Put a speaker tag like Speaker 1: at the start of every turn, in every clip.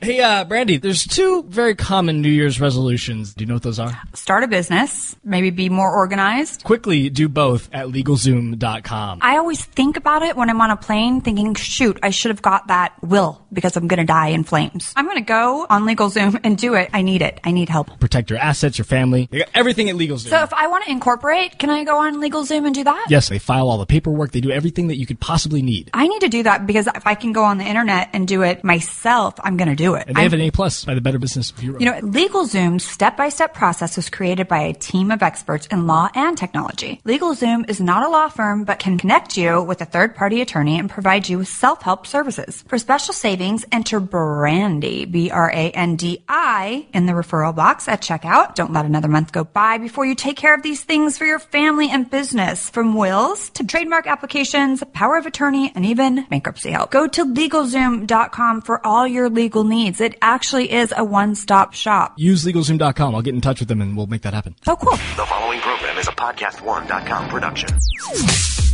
Speaker 1: Hey, uh, Brandy, there's two very common New Year's resolutions. Do you know what those are?
Speaker 2: Start a business, maybe be more organized.
Speaker 1: Quickly do both at LegalZoom.com.
Speaker 2: I always think about it when I'm on a plane thinking, shoot, I should have got that will because I'm going to die in flames. I'm going to go on LegalZoom and do it. I need it. I need help.
Speaker 1: Protect your assets, your family. They got everything at LegalZoom.
Speaker 2: So if I want to incorporate, can I go on LegalZoom and do that?
Speaker 1: yes, they file all the paperwork. They do everything that you could possibly need.
Speaker 2: I need to do that because if I can go on the internet and do it myself, I'm going to do it.
Speaker 1: And they
Speaker 2: I'm-
Speaker 1: have an A plus by the Better Business Bureau.
Speaker 2: You know, LegalZoom's step-by-step process was created by a team of experts in law and technology. LegalZoom is not a law firm, but can connect you with a third-party attorney and provide you with self-help services. For special savings, enter Brandy, B-R-A-N-D-I, in the referral box at checkout. Don't let another month go by before you take care of these things for your family and business, from wills to trademark applications, power of attorney, and even bankruptcy help. Go to LegalZoom.com for all your legal needs. It actually is a one-stop shop.
Speaker 1: Use LegalZoom.com. I'll get in touch with them and we'll make that happen.
Speaker 2: Oh, cool.
Speaker 3: The following program is a podcast1.com production.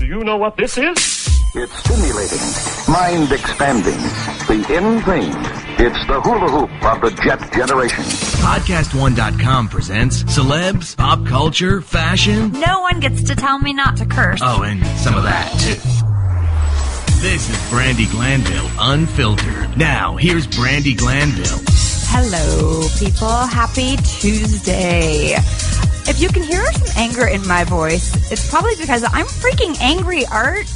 Speaker 4: Do you know what this is?
Speaker 5: It's stimulating, mind expanding, the in thing. It's the hula hoop of the jet generation.
Speaker 6: Podcast1.com presents celebs, pop culture, fashion.
Speaker 2: No one gets to tell me not to curse.
Speaker 6: Oh, and some of that, too. This is Brandy Glanville Unfiltered. Now, here's Brandy Glanville.
Speaker 2: Hello, people. Happy Tuesday. If you can hear some anger in my voice, it's probably because I'm freaking angry, Art.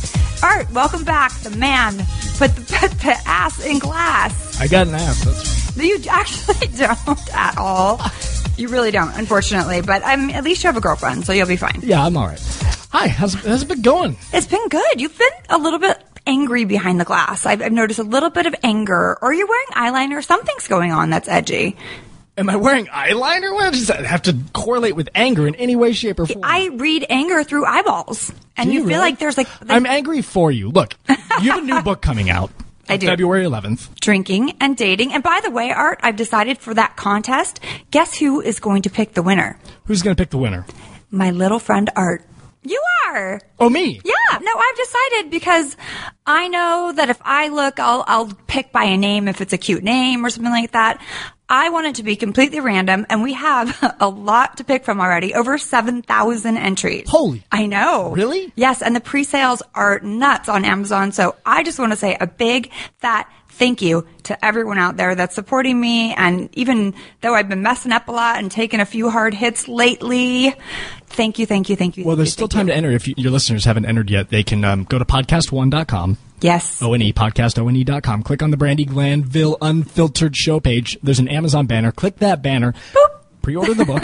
Speaker 2: Art, welcome back. The man put the, put the ass in glass.
Speaker 1: I got an ass. That's
Speaker 2: You actually don't at all. You really don't, unfortunately. But um, at least you have a girlfriend, so you'll be fine.
Speaker 1: yeah, I'm all right. Hi, how's, how's it been going?
Speaker 2: It's been good. You've been a little bit angry behind the glass. I've, I've noticed a little bit of anger, or you're wearing eyeliner. Something's going on that's edgy.
Speaker 1: Am I wearing eyeliner? Why does that have to correlate with anger in any way, shape, or form?
Speaker 2: I read anger through eyeballs, and
Speaker 1: Do
Speaker 2: you,
Speaker 1: you
Speaker 2: feel
Speaker 1: really?
Speaker 2: like there's like the
Speaker 1: I'm angry for you. Look, you have a new book coming out.
Speaker 2: I do.
Speaker 1: February 11th.
Speaker 2: drinking and dating. And by the way, Art, I've decided for that contest. Guess who is going to pick the winner?
Speaker 1: Who's going to pick the winner?
Speaker 2: My little friend Art. You are.
Speaker 1: Oh, me.
Speaker 2: Yeah. No, I've decided because I know that if I look, I'll I'll pick by a name if it's a cute name or something like that. I want it to be completely random, and we have a lot to pick from already. Over seven thousand entries.
Speaker 1: Holy.
Speaker 2: I know.
Speaker 1: Really?
Speaker 2: Yes, and the pre-sales are nuts on Amazon. So I just want to say a big fat thank you to everyone out there that's supporting me. And even though I've been messing up a lot and taking a few hard hits lately, thank you, thank you, thank you.
Speaker 1: Well,
Speaker 2: thank
Speaker 1: there's
Speaker 2: you,
Speaker 1: still
Speaker 2: thank you.
Speaker 1: time to enter. If you, your listeners haven't entered yet, they can um, go to podcast1.com,
Speaker 2: Yes.
Speaker 1: E, O-N-E, podcastone.com. Click on the Brandy Glanville Unfiltered show page. There's an Amazon banner. Click that banner. Pre-order the book.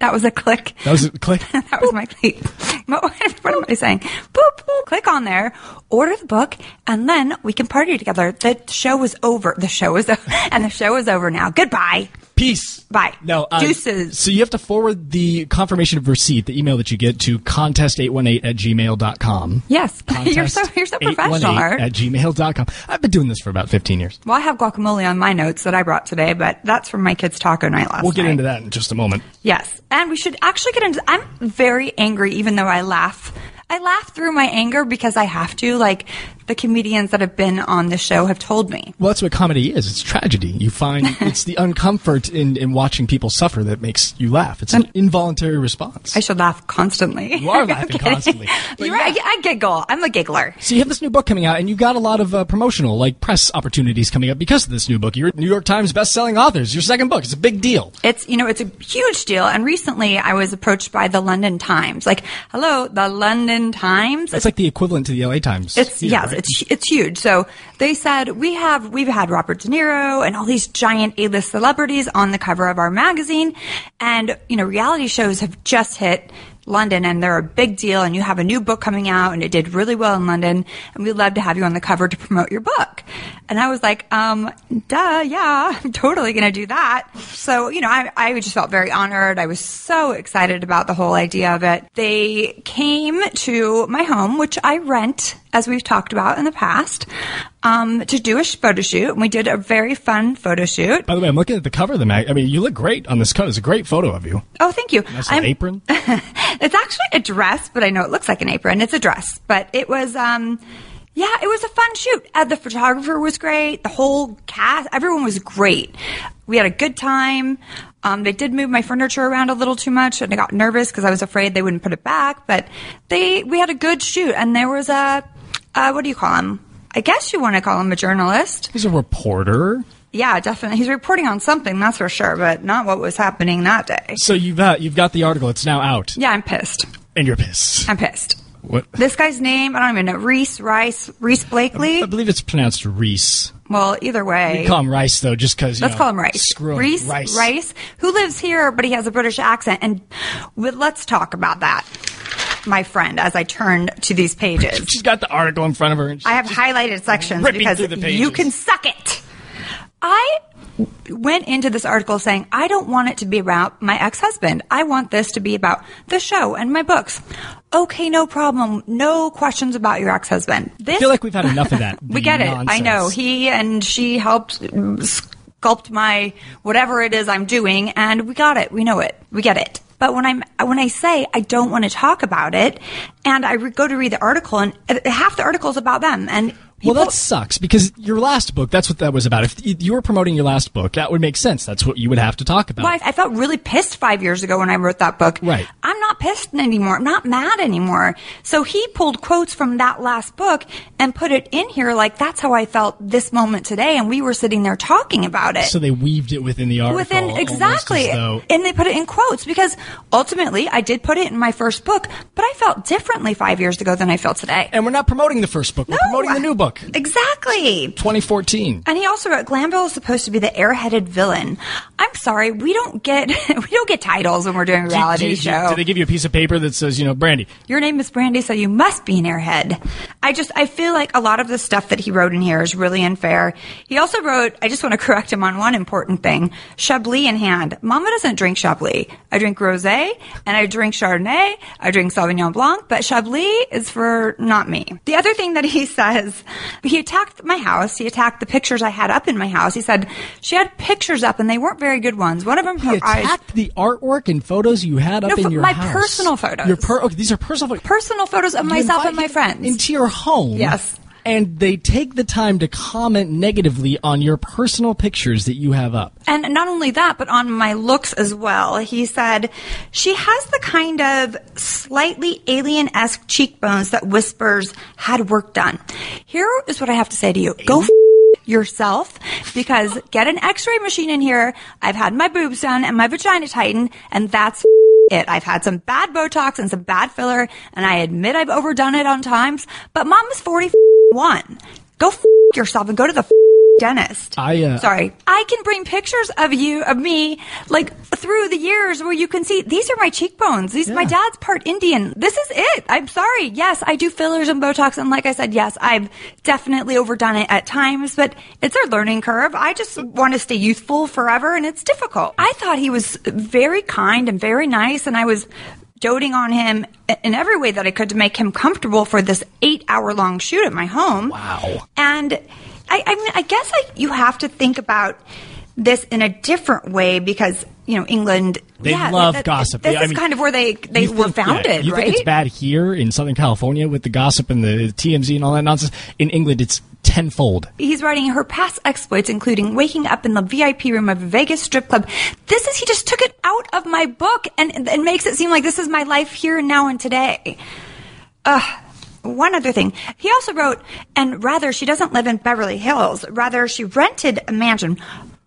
Speaker 2: That was a click.
Speaker 1: That was a click.
Speaker 2: That was my click. What what am I saying? Boop. Click on there, order the book, and then we can party together. The show is over. The show is over. And the show is over now. Goodbye.
Speaker 1: Peace.
Speaker 2: Bye.
Speaker 1: No, uh,
Speaker 2: Deuces.
Speaker 1: So you have to forward the confirmation of receipt, the email that you get, to contest818 at gmail.com.
Speaker 2: Yes. You're so, you're so professional, Art.
Speaker 1: At gmail.com. I've been doing this for about 15 years.
Speaker 2: Well, I have guacamole on my notes that I brought today, but that's from my kids' taco night last
Speaker 1: We'll get
Speaker 2: night.
Speaker 1: into that in just a moment.
Speaker 2: Yes, and we should actually get into. I'm very angry, even though I laugh. I laugh through my anger because I have to. Like the comedians that have been on the show have told me.
Speaker 1: Well, that's what comedy is. It's tragedy. You find it's the uncomfort in, in watching people suffer that makes you laugh. It's an involuntary response.
Speaker 2: I should laugh constantly.
Speaker 1: You are
Speaker 2: I'm
Speaker 1: laughing
Speaker 2: kidding.
Speaker 1: constantly. But
Speaker 2: You're right. I, I giggle. I'm a giggler.
Speaker 1: so you have this new book coming out, and you've got a lot of uh, promotional, like press opportunities coming up because of this new book. You're New York Times best-selling authors. Your second book. It's a big deal.
Speaker 2: It's you know it's a huge deal. And recently, I was approached by the London Times. Like, hello, the London Times.
Speaker 1: It's like the equivalent to the LA Times.
Speaker 2: It's
Speaker 1: here,
Speaker 2: yes,
Speaker 1: right?
Speaker 2: it's it's huge. So they said we have we've had Robert De Niro and all these giant A-list celebrities on the cover of our magazine, and you know reality shows have just hit London and they're a big deal. And you have a new book coming out, and it did really well in London, and we'd love to have you on the cover to promote your book. And I was like, um, duh, yeah, I'm totally gonna do that. So you know, I I just felt very honored. I was so excited about the whole idea of it. They came to my home, which I rent, as we've talked about in the past, um, to do a sh- photo shoot. And we did a very fun photo shoot.
Speaker 1: By the way, I'm looking at the cover of the mag. I mean, you look great on this cover. It's a great photo of you.
Speaker 2: Oh, thank you.
Speaker 1: Nice
Speaker 2: I'm-
Speaker 1: little apron.
Speaker 2: it's actually a dress, but I know it looks like an apron. It's a dress, but it was, um, Yeah, it was a fun shoot. Uh, the photographer was great. The whole cast, everyone was great. We had a good time. Um, they did move my furniture around a little too much, and I got nervous because I was afraid they wouldn't put it back. But they, we had a good shoot, and there was a, uh, what do you call him? I guess you want to call him a journalist.
Speaker 1: He's a reporter.
Speaker 2: Yeah, definitely. He's reporting on something, that's for sure, but not what was happening that day.
Speaker 1: So you've uh, you've got the article. It's now out,
Speaker 2: Yeah, I'm pissed.
Speaker 1: and you're pissed.
Speaker 2: I'm pissed.
Speaker 1: What?
Speaker 2: This guy's name, I don't even know. Reese Rice, Reese Blakely.
Speaker 1: I believe it's pronounced Reese.
Speaker 2: Well, either way.
Speaker 1: Uh, We call him Rice though, just because.
Speaker 2: Let's call him Rice.
Speaker 1: Screw him,
Speaker 2: Reese
Speaker 1: Rice.
Speaker 2: Rice, who lives here, but he has a British accent. And w- let's talk about that, my friend, as I turn to these pages.
Speaker 1: She's got the article in front of her. And she-
Speaker 2: I have highlighted sections
Speaker 1: ripping
Speaker 2: because
Speaker 1: through the
Speaker 2: you
Speaker 1: pages.
Speaker 2: can suck it. I went into this article saying, I don't want it to be about my ex husband. I want this to be about the show and my books. Okay, no problem. No questions about your ex husband. This
Speaker 1: I feel like we've had enough of that.
Speaker 2: we get it. I
Speaker 1: nonsense.
Speaker 2: know. He and she helped mm, sculpt my whatever it is I'm doing, and we got it. We know it. We get it. But when I'm when I say I don't want to talk about it, and I re- go to read the article, and uh, half the article is about them, and
Speaker 1: Well,
Speaker 2: people,
Speaker 1: that sucks because your last book, that's what that was about. If y- you were promoting your last book, that would make sense. That's what you would have to talk about.
Speaker 2: Well, I, I felt really pissed five years ago when I wrote that book.
Speaker 1: Right.
Speaker 2: I'm not pissed anymore. I'm not mad anymore. So he pulled quotes from that last book and put it in here like that's how I felt this moment today, and we were sitting there talking about it.
Speaker 1: so they weaved it within the article.
Speaker 2: within
Speaker 1: almost
Speaker 2: exactly
Speaker 1: as though-
Speaker 2: and they put it in quotes because ultimately i did put it in my first book but i felt differently five years ago than i feel today
Speaker 1: and we're not promoting the first book. We're promoting the new book,
Speaker 2: exactly
Speaker 1: 2014.
Speaker 2: and he also wrote glanville is supposed to be the airheaded villain i'm sorry we don't get we don't get titles when we're doing a reality
Speaker 1: do, do-
Speaker 2: show
Speaker 1: do they give you a piece of paper that says, you know, Brandy?
Speaker 2: your name is Brandy, so you must be an airhead. I just, I feel like a lot of the stuff that he wrote in here is really unfair. He also wrote, I just want to correct him on one important thing. Chablis in hand. Mama doesn't drink Chablis. I drink Rosé and I drink Chardonnay. I drink Sauvignon Blanc, but Chablis is for not me. The other thing that he says, he attacked my house. He attacked the pictures I had up in my house. He said she had pictures up and they weren't very good ones. One of them,
Speaker 1: He
Speaker 2: her eyes.
Speaker 1: attacked the artwork and photos you had up
Speaker 2: No,
Speaker 1: in
Speaker 2: fo-
Speaker 1: your
Speaker 2: my
Speaker 1: house.
Speaker 2: personal photos.
Speaker 1: Your per- okay, these are personal photos.
Speaker 2: Personal photos of
Speaker 1: You
Speaker 2: myself and my
Speaker 1: invite them
Speaker 2: friends.
Speaker 1: into your home.
Speaker 2: Yes.
Speaker 1: And they take the time to comment negatively on your personal pictures that you have up.
Speaker 2: And not only that, but on my looks as well. He said, she has the kind of slightly alien esque cheekbones that whispers, had work done. Here is what I have to say to you. Go f- yourself because get an x ray machine in here. I've had my boobs done and my vagina tightened, and that's it. I've had some bad Botox and some bad filler, and I admit I've overdone it on times, but mom is 41. Go f- yourself and go to the f- dentist.
Speaker 1: I, uh,
Speaker 2: Sorry. I can bring pictures of you, of me, like through the years where you can see these are my cheekbones. These, my
Speaker 1: Yeah.
Speaker 2: dad's part Indian. This is it. I'm sorry. Yes, I do fillers and Botox. And like I said, yes, I've definitely overdone it at times, but it's a learning curve. I just want to stay youthful forever and it's difficult. I thought he was very kind and very nice. And I was doting on him in every way that I could to make him comfortable for this eight hour long shoot at my home.
Speaker 1: Wow.
Speaker 2: And I, I mean, I guess I, you have to think about this in a different way because you know England.
Speaker 1: They
Speaker 2: yeah,
Speaker 1: love
Speaker 2: that-
Speaker 1: gossip.
Speaker 2: This
Speaker 1: I
Speaker 2: is
Speaker 1: mean,
Speaker 2: kind of where they they
Speaker 1: you
Speaker 2: were
Speaker 1: think- yeah,
Speaker 2: founded,
Speaker 1: you
Speaker 2: right?
Speaker 1: think it's bad here in Southern California with the gossip and the TMZ and all that nonsense? In England, it's tenfold.
Speaker 2: He's writing her past exploits, including waking up in the VIP room of a Vegas strip club. This is he just took it out of my book and and makes it seem like this is my life here and now and today. one other thing. He also wrote, and rather, she doesn't live in Beverly Hills. Rather, she rented a mansion.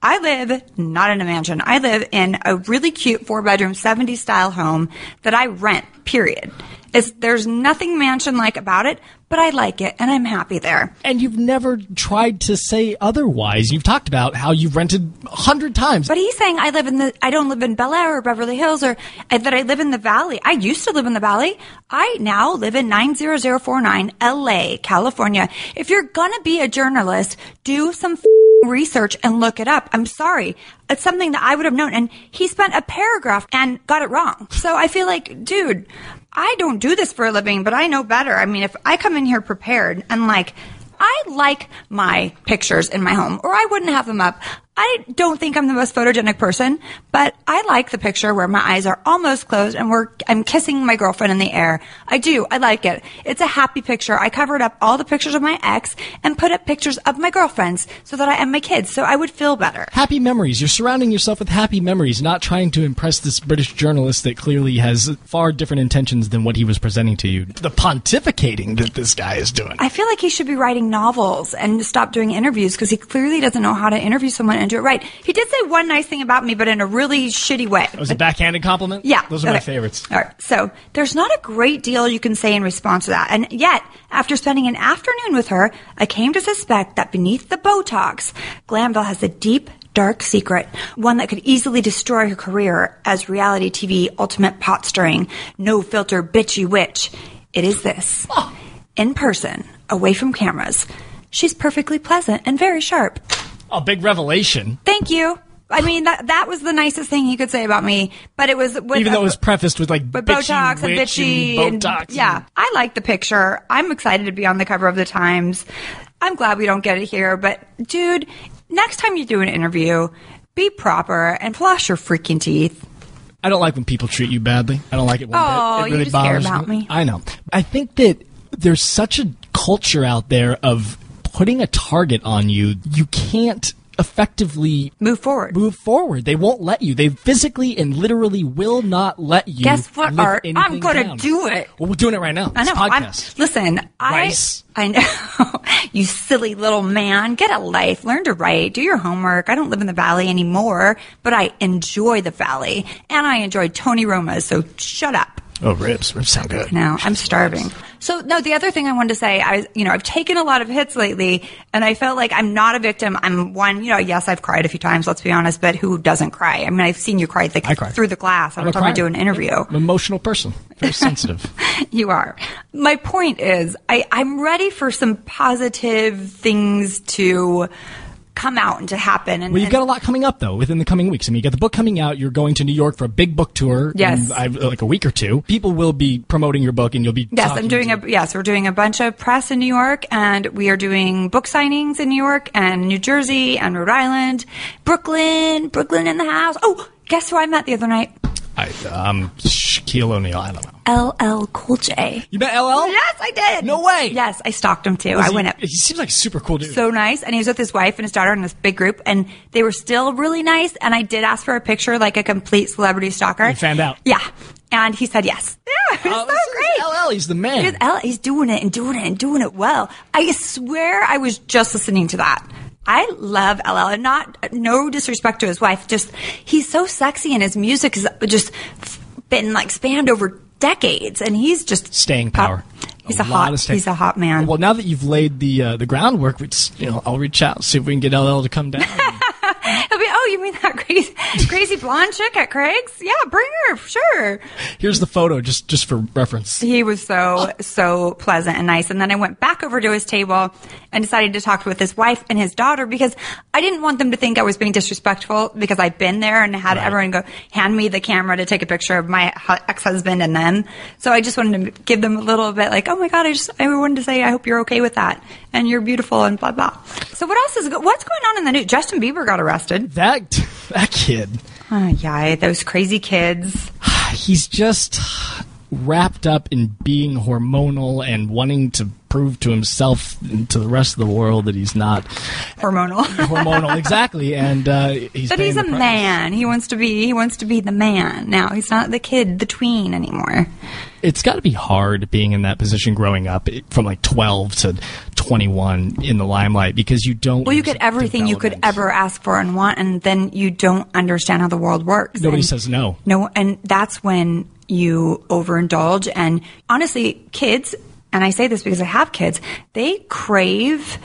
Speaker 2: I live not in a mansion. I live in a really cute four bedroom 70s style home that I rent, period. It's, there's nothing mansion like about it, but I like it and I'm happy there.
Speaker 1: And you've never tried to say otherwise. You've talked about how you've rented a hundred times.
Speaker 2: But he's saying I live in the I don't live in Bel Air or Beverly Hills or uh, that I live in the Valley. I used to live in the Valley. I now live in 90049 LA, California. If you're gonna be a journalist, do some f- research and look it up. I'm sorry. It's something that I would have known and he spent a paragraph and got it wrong. So I feel like, dude, I don't do this for a living, but I know better. I mean, if I come in here prepared and like I like my pictures in my home, or I wouldn't have them up. I I don't think I'm the most photogenic person, but I like the picture where my eyes are almost closed and we're, I'm kissing my girlfriend in the air. I do. I like it. It's a happy picture. I covered up all the pictures of my ex and put up pictures of my girlfriends so that I and my kids so I would feel better.
Speaker 1: Happy memories. You're surrounding yourself with happy memories, not trying to impress this British journalist that clearly has far different intentions than what he was presenting to you. The pontificating that this guy is doing.
Speaker 2: I feel like he should be writing novels and stop doing interviews because he clearly doesn't know how to interview someone and do it right. He did say one nice thing about me, but in a really shitty way.
Speaker 1: That was a backhanded compliment?
Speaker 2: Yeah.
Speaker 1: Those are my
Speaker 2: Okay.
Speaker 1: favorites.
Speaker 2: All right. So there's not a great deal you can say in response to that. And yet, after spending an afternoon with her, I came to suspect that beneath the Botox, Glanville has a deep, dark secret, one that could easily destroy her career as reality TV ultimate pot stirring, no filter bitchy witch. It is this. In person, away from cameras, she's perfectly pleasant and very sharp.
Speaker 1: A big revelation.
Speaker 2: Thank you. I mean, that, that was the nicest thing he could say about me, but it was. With
Speaker 1: Even though it was prefaced with like
Speaker 2: but
Speaker 1: bitchy
Speaker 2: Botox and
Speaker 1: witch
Speaker 2: bitchy and-
Speaker 1: Botox. and-
Speaker 2: yeah, I like the picture. I'm excited to be on the cover of the Times. I'm glad we don't get it here, but dude, next time you do an interview, be proper and floss your freaking teeth.
Speaker 1: I don't like when people treat you badly. I don't like it. One
Speaker 2: Oh,
Speaker 1: bit. It
Speaker 2: you
Speaker 1: really
Speaker 2: just care
Speaker 1: bothers
Speaker 2: about me.
Speaker 1: I know. I think that there's such a culture out there of putting a target on you. You can't effectively
Speaker 2: Move forward.
Speaker 1: move forward. They won't let you. They physically and literally will not let you.
Speaker 2: Guess what,
Speaker 1: live
Speaker 2: Art? I'm
Speaker 1: anything
Speaker 2: gonna
Speaker 1: down.
Speaker 2: do it.
Speaker 1: Well, we're doing it right now.
Speaker 2: I know.
Speaker 1: It's a
Speaker 2: I'm-
Speaker 1: podcast.
Speaker 2: listen, I
Speaker 1: Rice.
Speaker 2: I know you silly little man. Get a life. Learn to write. Do your homework. I don't live in the valley anymore, but I enjoy the valley, and I enjoy Tony Roma. So shut up.
Speaker 1: oh, ribs. Ribs sound good.
Speaker 2: now. I'm starving. So no, the other thing I wanted to say, I you know, I've taken a lot of hits lately and I felt like I'm not a victim. I'm one, you know, yes, I've cried a few times, let's be honest, but who doesn't cry? I mean, I've seen you cry like
Speaker 1: I cry.
Speaker 2: through the glass
Speaker 1: I'm
Speaker 2: every
Speaker 1: a
Speaker 2: time I do
Speaker 1: crier.
Speaker 2: an interview.
Speaker 1: I'm an emotional person. Very sensitive.
Speaker 2: You are. My point is, I, I'm ready for some positive things to come out and to happen. And,
Speaker 1: Well, you've
Speaker 2: and-
Speaker 1: got a lot coming up though within the coming weeks. I mean, you got the book coming out. You're going to New York for a big book tour.
Speaker 2: Yes.
Speaker 1: in, I, like a week or two. People will be promoting your book, and you'll be.
Speaker 2: Yes,
Speaker 1: talking
Speaker 2: I'm doing
Speaker 1: to-
Speaker 2: a yes. We're doing a bunch of press in New York, and we are doing book signings in New York and New Jersey and Rhode Island, Brooklyn, Brooklyn in the house. Oh, guess who I met the other night?
Speaker 1: I, um, Shaquille O'Neal. I don't know.
Speaker 2: LL Cool J.
Speaker 1: You met LL?
Speaker 2: Yes, I did.
Speaker 1: Oh. No way.
Speaker 2: Yes, I stalked him too.
Speaker 1: Was
Speaker 2: I
Speaker 1: he-
Speaker 2: went up.
Speaker 1: He seems like a super cool dude.
Speaker 2: So nice, and he was with his wife and his daughter in this big group, and they were still really nice. And I did ask for a picture, like a complete celebrity stalker.
Speaker 1: You found out.
Speaker 2: Yeah, and he said yes. Yeah, it was
Speaker 1: Oh,
Speaker 2: so
Speaker 1: this is
Speaker 2: great.
Speaker 1: LL, he's the man.
Speaker 2: Here's L- he's doing it and doing it and doing it well. I swear I was just listening to that. I love LL and not no disrespect to his wife. Just he's so sexy and his music has just f- been like spanned over decades and he's just
Speaker 1: Staying power.
Speaker 2: He's a, hot
Speaker 1: lot of staying-
Speaker 2: he's a hot man.
Speaker 1: Well, now that you've laid the uh, the groundwork, which you know, I'll reach out see if we can get LL to come down.
Speaker 2: He'll be, oh, you mean that crazy crazy blonde chick at Craig's? Yeah, bring her, sure.
Speaker 1: Here's the photo, just just for reference.
Speaker 2: He was so, so pleasant and nice. And then I went back over to his table and decided to talk with his wife and his daughter because I didn't want them to think I was being disrespectful because I'd been there and had everyone go hand me the camera to take a picture of my hu- ex-husband and them. So I just wanted to give them a little bit like, oh my God, I just, I wanted to say, I hope you're okay with that. And you're beautiful and blah, blah. So what else is, go- what's going on in the news? Justin Bieber got arrested.
Speaker 1: That that kid,
Speaker 2: Oh, yeah, those crazy kids.
Speaker 1: he's just wrapped up in being hormonal and wanting to prove to himself and to the rest of the world that he's not
Speaker 2: Hormonal.
Speaker 1: hormonal exactly and uh, he's
Speaker 2: But
Speaker 1: paying
Speaker 2: he's
Speaker 1: the
Speaker 2: a
Speaker 1: price.
Speaker 2: man. He wants to be. He wants to be the man now. He's not the kid, the tween anymore.
Speaker 1: it's got to be hard being in that position growing up it- from like 12 to 21 in the limelight because you don't
Speaker 2: Well, you get everything you could
Speaker 1: development.
Speaker 2: ever ask for and want, and then you don't understand how the world works.
Speaker 1: nobody
Speaker 2: And-
Speaker 1: says no
Speaker 2: No, and that's when you overindulge. And honestly, kids, and I say this because I have kids, they crave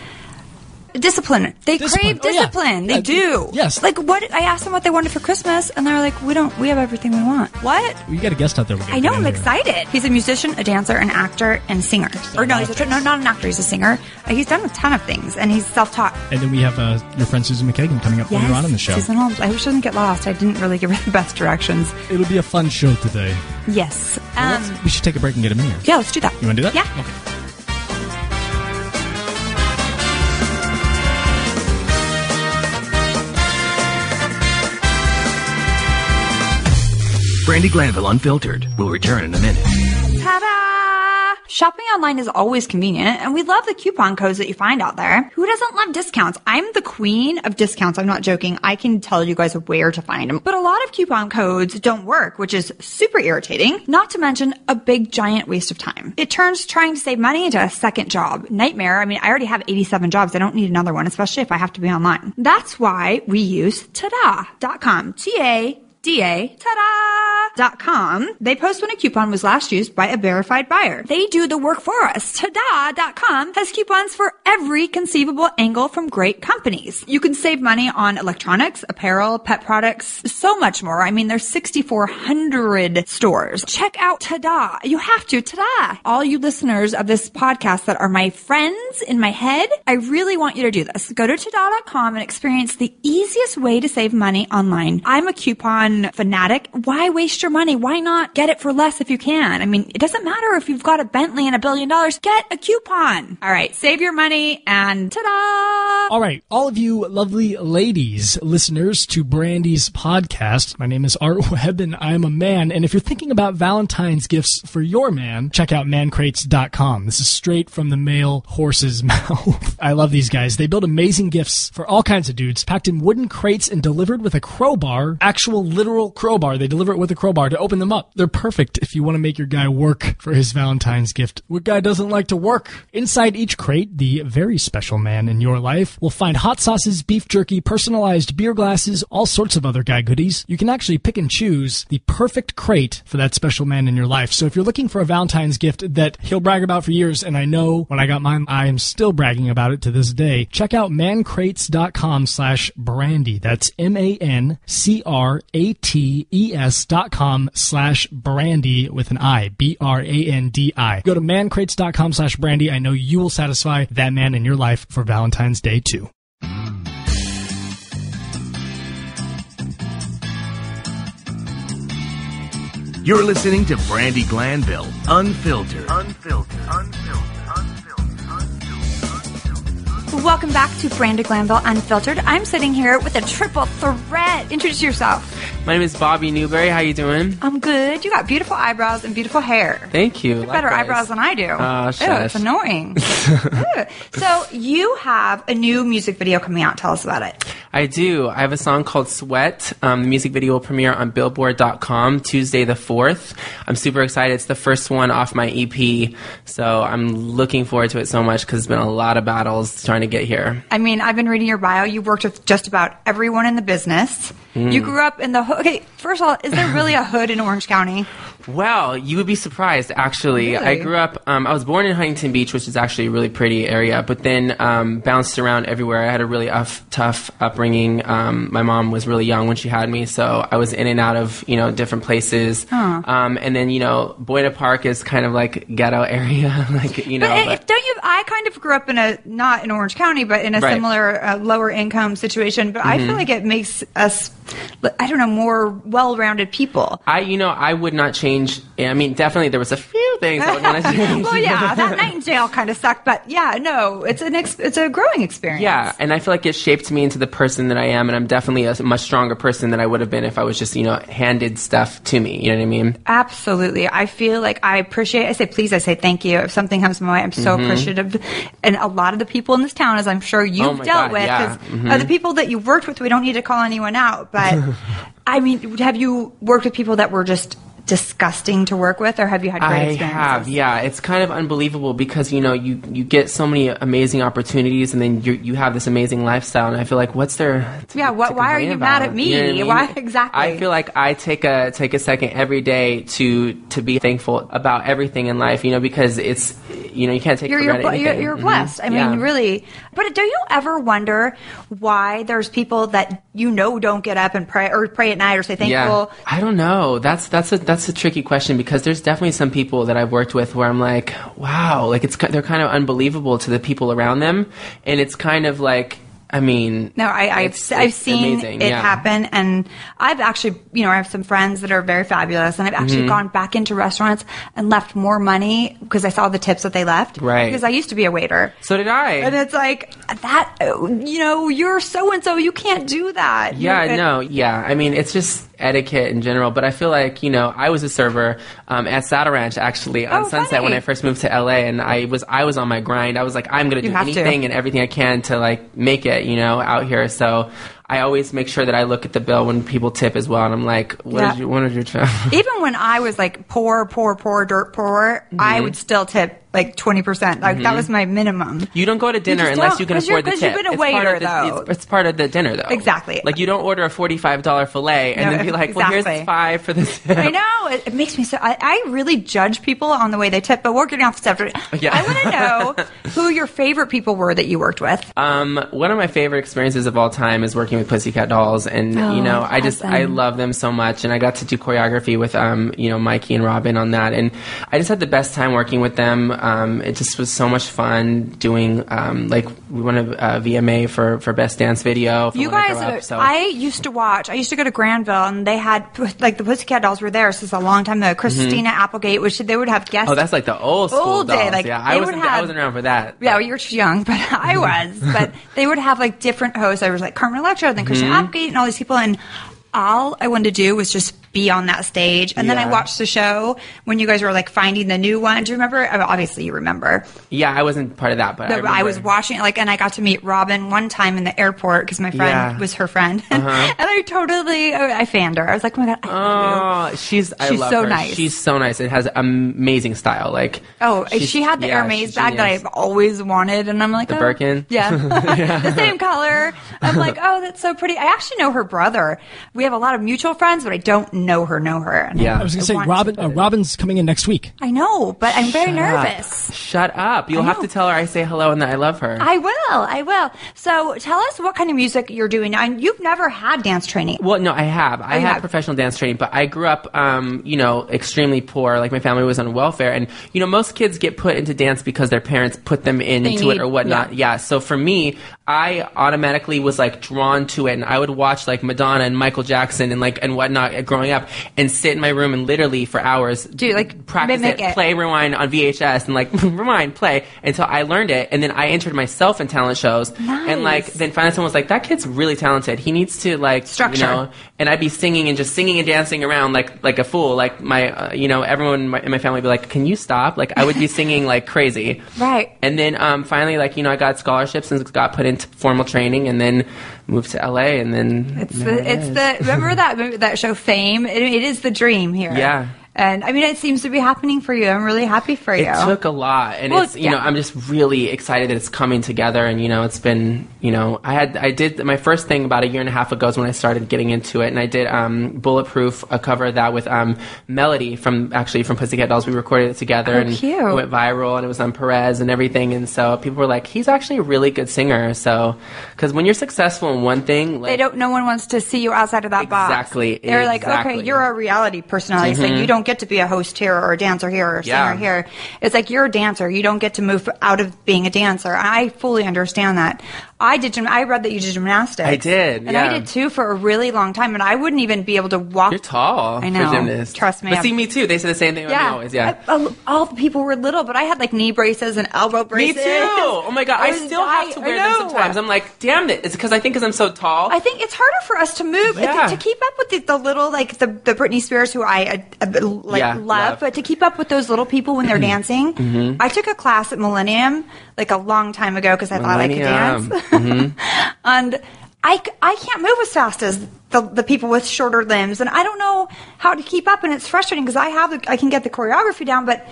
Speaker 2: discipline. They
Speaker 1: Discipline.
Speaker 2: crave
Speaker 1: Oh, yeah.
Speaker 2: discipline. They
Speaker 1: Yeah,
Speaker 2: do.
Speaker 1: yes.
Speaker 2: Like what I asked them what they wanted for Christmas, and they're like, "We don't. We have everything we want." What?
Speaker 1: you got a guest out there we're gonna
Speaker 2: I know.
Speaker 1: get in
Speaker 2: I'm
Speaker 1: here.
Speaker 2: excited. He's a musician, a dancer, an actor, and singer. Or no, he's a, no, not an actor. He's a singer. Uh, He's done a ton of things, and he's self-taught.
Speaker 1: and then we have uh, your friend Susan McKagan coming up later on in the show
Speaker 2: Susan Holmes. I wish I didn't get lost. I didn't really give her the best directions.
Speaker 1: it'll be a fun show today
Speaker 2: Yes. Um,
Speaker 1: we should take a break and get him in here
Speaker 2: yeah, let's do that.
Speaker 1: you want to do that
Speaker 2: Yeah.
Speaker 1: okay
Speaker 6: Brandy Glanville Unfiltered will return in a minute.
Speaker 2: Ta-da! Shopping online is always convenient, and we love the coupon codes that you find out there. Who doesn't love discounts? I'm the queen of discounts. I'm not joking. I can tell you guys where to find them. But a lot of coupon codes don't work, which is super irritating, not to mention a big giant waste of time. It turns trying to save money into a second job. Nightmare. I mean, I already have 87 jobs. I don't need another one, especially if I have to be online. That's why we use tada.com. T-A da ta-da.com. They post when a coupon was last used by a verified buyer. They do the work for us. Ta-da.com has coupons for every conceivable angle from great companies. You can save money on electronics, apparel, pet products, so much more. I mean, there's 6,400 stores. Check out Ta-da. You have to. Ta-da. All you listeners of this podcast that are my friends in my head, I really want you to do this. Go to Ta-da.com and experience the easiest way to save money online. I'm a coupon fanatic, why waste your money? Why not get it for less if you can? I mean, it doesn't matter if you've got a Bentley and a billion dollars, get a coupon. All right, save your money and ta-da!
Speaker 1: All right, all of you lovely ladies, listeners to Brandy's podcast. My name is Art Webb and I'm a man. And if you're thinking about Valentine's gifts for your man, check out mancrates.com. This is straight from the male horse's mouth. I love these guys. They build amazing gifts for all kinds of dudes, packed in wooden crates and delivered with a crowbar, actual literal crowbar. They deliver it with a crowbar to open them up. They're perfect if you want to make your guy work for his Valentine's gift. What guy doesn't like to work? Inside each crate, the very special man in your life will find hot sauces, beef jerky, personalized beer glasses, all sorts of other guy goodies. You can actually pick and choose the perfect crate for that special man in your life. So if you're looking for a Valentine's gift that he'll brag about for years, and I know when I got mine, I am still bragging about it to this day, check out mancrates.com slash brandy. That's M-A-N-C-R-A A-T-E-S E dot com slash brandy with an I, B-R-A-N-D-I. Go to mancrates.com slash brandy. I know you will satisfy that man in your life for Valentine's Day too.
Speaker 6: You're listening to Brandy Glanville, unfiltered.
Speaker 3: Unfiltered. Unfiltered. Unfiltered.
Speaker 2: Welcome back to Branda Glanville Unfiltered. I'm sitting here with a triple threat. Introduce yourself.
Speaker 7: My name is Bobby Newberry. How you doing?
Speaker 2: I'm good. You got beautiful eyebrows and beautiful hair.
Speaker 7: Thank you.
Speaker 2: Better
Speaker 7: Likewise.
Speaker 2: eyebrows than I do.
Speaker 7: Ah,
Speaker 2: Ew,
Speaker 7: shush.
Speaker 2: it's annoying. Ew. so you have a new music video coming out. Tell us about it.
Speaker 7: I do. I have a song called Sweat. Um, the music video will premiere on Billboard.com Tuesday the 4th. I'm super excited. It's the first one off my EP, so I'm looking forward to it so much because it's been a lot of battles trying to get here.
Speaker 2: I mean, I've been reading your bio. You worked with just about everyone in the business.
Speaker 7: Hmm.
Speaker 2: You grew up in the hood. Okay, first of all, is there really a hood in Orange County?
Speaker 7: Well, you would be surprised, actually.
Speaker 2: Really?
Speaker 7: I grew up, um, I was born in Huntington Beach, which is actually a really pretty area, but then um, bounced around everywhere. I had a really uff, tough upbringing. Um, my mom was really young when she had me, so I was in and out of, you know, different places. Um, and then, you know, Boyda Park is kind of like ghetto area, like, you know.
Speaker 2: But, eh,
Speaker 7: but-
Speaker 2: don't you? I kind of grew up in a not in Orange County, but in a
Speaker 7: Right. Mm-hmm.
Speaker 2: similar uh, lower income situation. But I feel like it makes us, I don't know, more well-rounded people.
Speaker 7: I, you know, I would not change. I mean, definitely there was a few things I would want to change.
Speaker 2: well, yeah, that night in jail kind of sucked, but yeah, no, it's an ex- it's a growing experience.
Speaker 7: Yeah, and I feel like it shaped me into the person that I am, and I'm definitely a much stronger person than I would have been if I was just, you know, handed stuff to me. You know what I mean?
Speaker 2: Absolutely. I feel like I appreciate, I say please, I say thank you. If something comes my way, I'm
Speaker 7: Mm-hmm.
Speaker 2: so appreciative. And a lot of the people in this town, as I'm sure you've
Speaker 7: Oh my
Speaker 2: dealt
Speaker 7: God,
Speaker 2: with,
Speaker 7: yeah. Mm-hmm.
Speaker 2: is- are the people that you worked with. We don't need to call anyone out, but I mean, have you worked with people that were just disgusting to work with, or have you had great
Speaker 7: I
Speaker 2: experiences?
Speaker 7: have, yeah. It's kind of unbelievable because you know you you get so many amazing opportunities, and then you you have this amazing lifestyle, and I feel like what's there? To,
Speaker 2: Yeah, what-
Speaker 7: to
Speaker 2: why are
Speaker 7: complain
Speaker 2: you mad
Speaker 7: about?
Speaker 2: at me?
Speaker 7: You know what I mean?
Speaker 2: Why- exactly.
Speaker 7: I feel like I take a take a second every day to to be thankful about everything in life. You know, because it's you know you can't take
Speaker 2: you're
Speaker 7: for
Speaker 2: you're,
Speaker 7: granted
Speaker 2: bl- you're,
Speaker 7: anything.
Speaker 2: you're
Speaker 7: Mhm.
Speaker 2: blessed. I mean,
Speaker 7: Yeah.
Speaker 2: really. But do you ever wonder why there's people that you know don't get up and pray or pray at night or say thankful?
Speaker 7: I don't know. That's that's a that's a tricky question because there's definitely some people that I've worked with where I'm like, wow, like it's ki- they're kind of unbelievable to the people around them, and it's kind of like, I mean,
Speaker 2: No, I, I've
Speaker 7: it's-
Speaker 2: se- I've
Speaker 7: it's
Speaker 2: seen
Speaker 7: amazing,
Speaker 2: it
Speaker 7: yeah.
Speaker 2: happen, and I've actually, you know, I have some friends that are very fabulous, and I've actually
Speaker 7: Mm-hmm.
Speaker 2: gone back into restaurants and left more money because I saw the tips that they left.
Speaker 7: Right.
Speaker 2: Because I used to be a waiter,
Speaker 7: So did I.
Speaker 2: and it's like that. uh, You know, you're so and so. You can't do that.
Speaker 7: yeah,
Speaker 2: You're-
Speaker 7: no, yeah. I mean, it's just etiquette in general. But I feel like you know I was a server um, at Saddle Ranch actually on
Speaker 2: Oh,
Speaker 7: Sunset
Speaker 2: funny.
Speaker 7: when I first moved to LA, and I was I was on my grind. I was like I'm gonna
Speaker 2: You
Speaker 7: do
Speaker 2: have to.
Speaker 7: anything and everything I can to like make it you know out here. So I always make sure that I look at the bill when people tip as well, and I'm like, what
Speaker 2: Yeah.
Speaker 7: did you what did your tip?
Speaker 2: Even when I was like poor, poor, poor, dirt poor,
Speaker 7: Mm-hmm.
Speaker 2: I would still tip like 20%. Like that was my minimum.
Speaker 7: You don't go to dinner
Speaker 2: just
Speaker 7: unless
Speaker 2: don't,
Speaker 7: you can
Speaker 2: 'cause you're-
Speaker 7: afford the
Speaker 2: 'cause you've
Speaker 7: tip.
Speaker 2: been a
Speaker 7: It's part
Speaker 2: waiter,
Speaker 7: of the-
Speaker 2: though.
Speaker 7: It's, it's part of the dinner, though.
Speaker 2: Exactly.
Speaker 7: Like you don't order a forty-five dollar fillet and
Speaker 2: No,
Speaker 7: then be like, "Well,
Speaker 2: exactly.
Speaker 7: here's five for the tip."
Speaker 2: I know it, it makes me so. I, I really judge people on the way they tip, but we're getting off the subject.
Speaker 7: Yeah.
Speaker 2: I want to know who your favorite people were that you worked with.
Speaker 7: Um, one of my favorite experiences of all time is working with Pussycat Dolls, and
Speaker 2: Oh,
Speaker 7: you know, I just I
Speaker 2: awesome.
Speaker 7: love them so much, and I got to do choreography with um, you know, Mikey and Robin on that, and I just had the best time working with them. Um, it just was so much fun doing um, like we won a uh, VMA for for best dance video. For
Speaker 2: you
Speaker 7: When I
Speaker 2: guys,
Speaker 7: Grow Up, so.
Speaker 2: I used to watch. I used to go to Granville, and they had like the Pussycat Dolls were there since a long time ago. Christina Applegate, which they would have guests.
Speaker 7: Mm-hmm. Oh, that's like the old school
Speaker 2: Old day,
Speaker 7: dolls.
Speaker 2: like,
Speaker 7: yeah,
Speaker 2: they
Speaker 7: I
Speaker 2: would
Speaker 7: wasn't.
Speaker 2: have-
Speaker 7: I wasn't around for that.
Speaker 2: Yeah, well, you were too young, but I was. But they would have like different hosts. I was like Carmen Electra, then Christian
Speaker 7: Mm-hmm.
Speaker 2: Applegate, and all these people. And all I wanted to do was just be on that stage. And then I
Speaker 7: Yeah.
Speaker 2: watched the show when you guys were like finding the new one. Do you remember? I mean, obviously, you remember.
Speaker 7: yeah, I wasn't part of that, but I,
Speaker 2: But I, was
Speaker 7: remember.
Speaker 2: watching it, like, and I got to meet Robin one time in the airport because my friend
Speaker 7: Yeah. Uh-huh.
Speaker 2: was her friend, and I totally I fanned her. I was like, oh my god, I love you.
Speaker 7: Oh, she's I
Speaker 2: She's
Speaker 7: love
Speaker 2: so
Speaker 7: her.
Speaker 2: nice.
Speaker 7: She's so nice. It has amazing style. Like
Speaker 2: Oh,
Speaker 7: she's-
Speaker 2: she had the
Speaker 7: yeah,
Speaker 2: Hermes
Speaker 7: she's
Speaker 2: bag that
Speaker 7: genius.
Speaker 2: I've always wanted, and I'm like
Speaker 7: The
Speaker 2: oh,
Speaker 7: Birkin?
Speaker 2: yeah, the same color. I'm like, oh, that's so pretty. I actually know her brother. We have a lot of mutual friends, but I don't know her, know her. And
Speaker 7: Yeah.
Speaker 1: I was going to say,
Speaker 2: want
Speaker 1: Robin, uh, Robin's coming in next week.
Speaker 2: I know, but I'm very
Speaker 7: Shut up.
Speaker 2: nervous.
Speaker 7: Shut up! You'll have
Speaker 2: know.
Speaker 7: to tell her I say hello and that I love her.
Speaker 2: I will, I will. So tell us what kind of music you're doing. And you've never had dance training.
Speaker 7: Well, no, I have.
Speaker 2: Oh,
Speaker 7: I
Speaker 2: you
Speaker 7: had
Speaker 2: have.
Speaker 7: professional dance training, but I grew up, um, you know, extremely poor. Like my family was on welfare, and you know, most kids get put into dance because their parents put them in,
Speaker 2: They
Speaker 7: into
Speaker 2: need-
Speaker 7: it or whatnot. Yeah. So for me, I automatically was like drawn to it, and I would watch like Madonna and Michael Jackson and like and whatnot uh, growing up, and sit in my room and literally for hours do
Speaker 2: like,
Speaker 7: practice
Speaker 2: mimic it.
Speaker 7: play rewind on VHS, and like rewind play until I learned it, and then I entered myself in talent shows, and like
Speaker 2: Nice.
Speaker 7: then finally someone was like, that kid's really talented. He needs to like
Speaker 2: Structure.
Speaker 7: you know, and I'd be singing and just singing and dancing around like like a fool. Like my, uh, you know, everyone in my, in my family would be like, "Can you stop?" Like I would be singing like crazy.
Speaker 2: Right.
Speaker 7: And then um, finally, like you know, I got scholarships and got put into formal training, and then moved to LA, and then
Speaker 2: It's the, it's the remember that movie, that show Fame. It, it is the dream here.
Speaker 7: Yeah.
Speaker 2: and I mean it seems to be happening for you. I'm really happy for you.
Speaker 7: It took a lot, and
Speaker 2: Well,
Speaker 7: it's you
Speaker 2: yeah.
Speaker 7: know I'm just really excited that it's coming together, and you know it's been you know I had I did my first thing about a year and a half ago is when I started getting into it, and I did um, Bulletproof a cover of that with um, Melody from actually from Pussycat Dolls. We recorded it together,
Speaker 2: Oh,
Speaker 7: and
Speaker 2: cute.
Speaker 7: it went viral, and it was on Perez and everything, and so people were like, he's actually a really good singer, so because when you're successful in one thing, like,
Speaker 2: they don't no one wants to see you outside of that box
Speaker 7: Exactly,
Speaker 2: they're like okay
Speaker 7: exactly. Mm-hmm.
Speaker 2: you're a reality personality so you don't get to be a host here or a dancer here or a singer
Speaker 7: Yeah.
Speaker 2: here it's like you're a dancer you don't get to move out of being a dancer i fully understand that i did gym- i read that you did gymnastics
Speaker 7: I did,
Speaker 2: and i
Speaker 7: yeah.
Speaker 2: did too for a really long time and i wouldn't even be able to walk
Speaker 7: You're tall.
Speaker 2: i know
Speaker 7: For gymnast.
Speaker 2: trust me
Speaker 7: But
Speaker 2: I'm-
Speaker 7: see, me too. They said the same thing about me always. Yeah.
Speaker 2: I- I- all the people were little, but I had like knee braces and elbow
Speaker 7: Me
Speaker 2: braces.
Speaker 7: too. Oh my god, I,
Speaker 2: was
Speaker 7: still have
Speaker 2: dying.
Speaker 7: to
Speaker 2: I
Speaker 7: wear them
Speaker 2: know.
Speaker 7: sometimes. I'm like, damn it. It's because I think because I'm so tall.
Speaker 2: I think it's harder for us to move
Speaker 7: Yeah.
Speaker 2: to keep up with the, the little like the, the Britney Spears who I uh, uh, like
Speaker 7: Yeah, Mm-hmm.
Speaker 2: love,
Speaker 7: love.
Speaker 2: but to keep up with those little people when they're dancing. I took a class at Millennium like a long time ago because I thought I could dance,
Speaker 7: Millennium. Mm-hmm.
Speaker 2: and I, c- I can't move as fast as the, the people with shorter limbs, and I don't know how to keep up, and it's frustrating because I have the, I can get the choreography down, but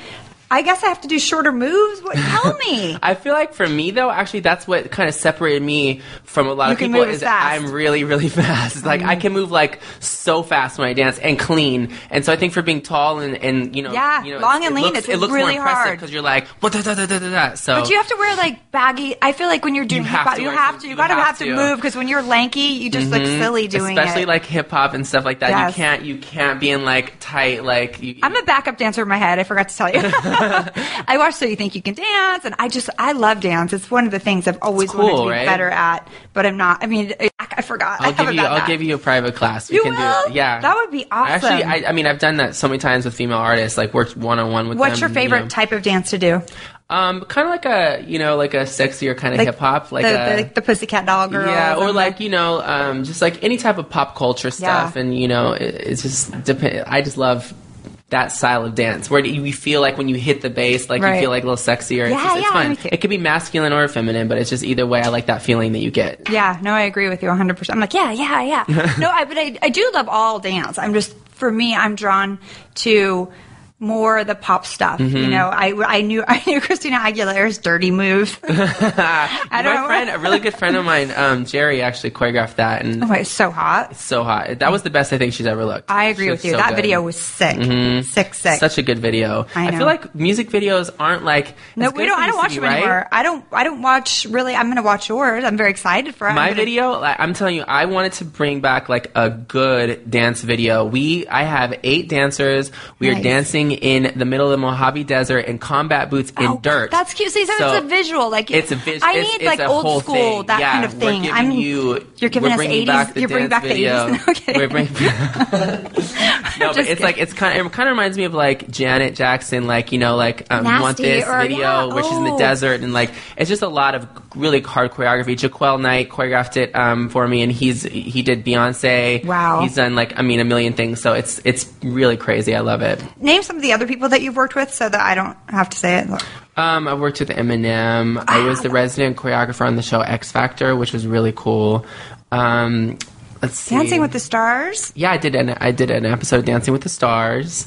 Speaker 2: I guess I have to do shorter moves. What, tell me.
Speaker 7: I feel like for me though, actually, that's what kind of separated me from a lot
Speaker 2: You
Speaker 7: of
Speaker 2: can
Speaker 7: people.
Speaker 2: move
Speaker 7: is
Speaker 2: as fast. Mm.
Speaker 7: I'm really, really fast. Like I can move like so fast when I dance and clean. And so I think for being tall and, and you know,
Speaker 2: Yeah,
Speaker 7: you know,
Speaker 2: long and
Speaker 7: it
Speaker 2: lean,
Speaker 7: looks,
Speaker 2: it's
Speaker 7: it looks
Speaker 2: really
Speaker 7: more impressive
Speaker 2: hard.
Speaker 7: because you're like, "Wah, da, da, da, da, da, da." so
Speaker 2: But you have to wear like baggy. I feel like when you're doing
Speaker 7: You
Speaker 2: hip
Speaker 7: have
Speaker 2: hop,
Speaker 7: to
Speaker 2: you
Speaker 7: wear
Speaker 2: have
Speaker 7: some-
Speaker 2: to. You
Speaker 7: you
Speaker 2: gotta
Speaker 7: have
Speaker 2: have to
Speaker 7: to. Mm-hmm.
Speaker 2: move because when you're lanky, you just look silly doing
Speaker 7: especially
Speaker 2: it.
Speaker 7: like hip hop and stuff like that.
Speaker 2: Yes.
Speaker 7: You can't, you can't be in like tight like. You,
Speaker 2: I'm a backup dancer in my head. I forgot to tell you. I watched So You Think You Can Dance, and I just I love dance. It's one of the things I've always
Speaker 7: It's cool,
Speaker 2: wanted to be
Speaker 7: right?
Speaker 2: better at, but I'm not. I mean, I, I forgot. I
Speaker 7: I'll give
Speaker 2: haven't
Speaker 7: you.
Speaker 2: done
Speaker 7: I'll
Speaker 2: that.
Speaker 7: give you a private class. We
Speaker 2: You
Speaker 7: can do
Speaker 2: will?
Speaker 7: it. Yeah,
Speaker 2: That would be
Speaker 7: I Actually,
Speaker 2: awesome.
Speaker 7: I, I mean, I've done that so many times with female artists. Like worked one on one with
Speaker 2: What's
Speaker 7: them.
Speaker 2: your favorite
Speaker 7: you know.
Speaker 2: type of dance to do?
Speaker 7: Um, kind of like a you know like a sexier kind of hip hop, like
Speaker 2: the,
Speaker 7: a.
Speaker 2: the, the Pussycat Doll girl.
Speaker 7: yeah, or like you know, um, just like any type of pop culture stuff, and you know, it, it's just depend. I just love that style of dance where you feel like when you hit the bass, like
Speaker 2: Right.
Speaker 7: you feel like a little sexier.
Speaker 2: Yeah,
Speaker 7: it's, just, it's
Speaker 2: yeah, me
Speaker 7: fun.
Speaker 2: too.
Speaker 7: It could be masculine or feminine, but it's just either way. I like that feeling that you get.
Speaker 2: Yeah, no, I agree with you 100%. I'm like, yeah, yeah, yeah. no, I, but I, I do love all dance. I'm just, for me, I'm drawn to more the pop stuff.
Speaker 7: Mm-hmm.
Speaker 2: You know, I, I knew I knew Christina Aguilera's dirty move. I don't
Speaker 7: My
Speaker 2: know.
Speaker 7: friend, a really good friend of mine, um, Jerry, actually choreographed that, and
Speaker 2: Oh, it's so hot.
Speaker 7: so hot. That was the best I think she's ever looked.
Speaker 2: I
Speaker 7: She
Speaker 2: agree with
Speaker 7: looked
Speaker 2: you.
Speaker 7: so
Speaker 2: that
Speaker 7: good. Mm-hmm.
Speaker 2: video was sick. Sick, sick.
Speaker 7: such a good video.
Speaker 2: I know.
Speaker 7: feel like music videos aren't like
Speaker 2: no,
Speaker 7: as good
Speaker 2: we
Speaker 7: as
Speaker 2: don't.
Speaker 7: they
Speaker 2: I don't
Speaker 7: used to
Speaker 2: watch
Speaker 7: be,
Speaker 2: them
Speaker 7: right?
Speaker 2: anymore. I don't. I don't watch. Really, I'm going to watch yours. I'm very excited for it. I'm
Speaker 7: My
Speaker 2: gonna-
Speaker 7: video, like, I'm telling you, I wanted to bring back like a good dance video. We, I have eight dancers. We are
Speaker 2: Nice.
Speaker 7: dancing in the middle of the Mojave Desert in combat boots in
Speaker 2: Oh,
Speaker 7: dirt.
Speaker 2: That's cute. See, so, it's a visual. Like
Speaker 7: it's a visual.
Speaker 2: I need like old school that
Speaker 7: yeah,
Speaker 2: kind of
Speaker 7: We're
Speaker 2: thing.
Speaker 7: giving
Speaker 2: I'm
Speaker 7: you.
Speaker 2: You're giving
Speaker 7: we're
Speaker 2: us
Speaker 7: bringing back
Speaker 2: 80s.
Speaker 7: the
Speaker 2: You're bringing back
Speaker 7: dance
Speaker 2: the
Speaker 7: video.
Speaker 2: 80s. Okay.
Speaker 7: We're bringing. No, but it's like it's kind. Of, it kind of reminds me of like Janet Jackson, like you know, like um,
Speaker 2: Nasty
Speaker 7: want this
Speaker 2: or-
Speaker 7: video
Speaker 2: yeah,
Speaker 7: where she's in the
Speaker 2: oh.
Speaker 7: desert and like it's just a lot of really hard choreography. Jaquel Knight choreographed it um, for me, and he's he did Beyonce.
Speaker 2: Wow.
Speaker 7: he's done like I mean a million things. So it's it's really crazy. I love it.
Speaker 2: name some of the other people that you've worked with so that I don't have to say it. Look.
Speaker 7: Um, I worked with Eminem. I was the resident choreographer on the show X Factor, which was really cool. Um, let's see.
Speaker 2: Dancing with the Stars.
Speaker 7: yeah, I did an I did an episode of Dancing with the Stars.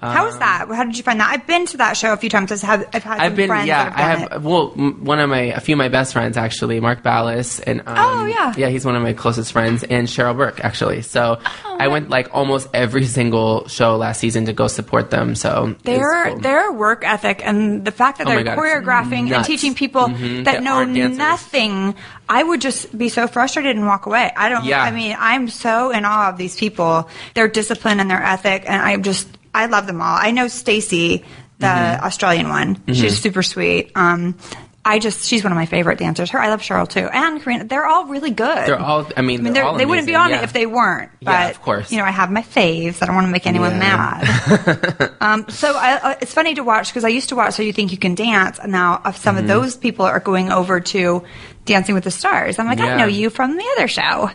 Speaker 2: How was that? How did you find that? I've been to that show a few times. I've had, I've had some
Speaker 7: Um, I've been,
Speaker 2: friends
Speaker 7: yeah,
Speaker 2: that
Speaker 7: I
Speaker 2: have done
Speaker 7: have. Well, m- one of my, a few of my best friends actually, Mark Ballas, and um,
Speaker 2: Oh, yeah.
Speaker 7: yeah, he's one of my closest friends, and Cheryl Burke actually. So
Speaker 2: Oh,
Speaker 7: I went like almost every single show last season to go support them. So it was
Speaker 2: it. Their
Speaker 7: cool.
Speaker 2: their work ethic and the fact that
Speaker 7: Oh my
Speaker 2: they're
Speaker 7: God, it's
Speaker 2: choreographing and
Speaker 7: nuts.
Speaker 2: teaching people that,
Speaker 7: that
Speaker 2: know
Speaker 7: aren't dancers.
Speaker 2: nothing, I would just be so frustrated and walk away. I don't.
Speaker 7: Yeah.
Speaker 2: I mean, I'm so in awe of these people, their discipline and their ethic, and I'm just I love them all. I know Stacy, the
Speaker 7: Mm-hmm.
Speaker 2: Australian one. She's super sweet. Um, I just she's one of my favorite dancers. Her I love Cheryl too, and Karina. They're all really good.
Speaker 7: They're all- I mean, they're
Speaker 2: they're-
Speaker 7: all
Speaker 2: they wouldn't be
Speaker 7: amazing,
Speaker 2: on
Speaker 7: yeah.
Speaker 2: it if they weren't. But
Speaker 7: Yeah, of course.
Speaker 2: You know, I have my faves. I don't want to make anyone
Speaker 7: Yeah.
Speaker 2: mad. Um, so I, uh, it's funny to watch because I used to watch So You Think You Can Dance, and now uh, some of those people are going over to Dancing with the Stars. I'm like,
Speaker 7: Yeah.
Speaker 2: I know you from the other show,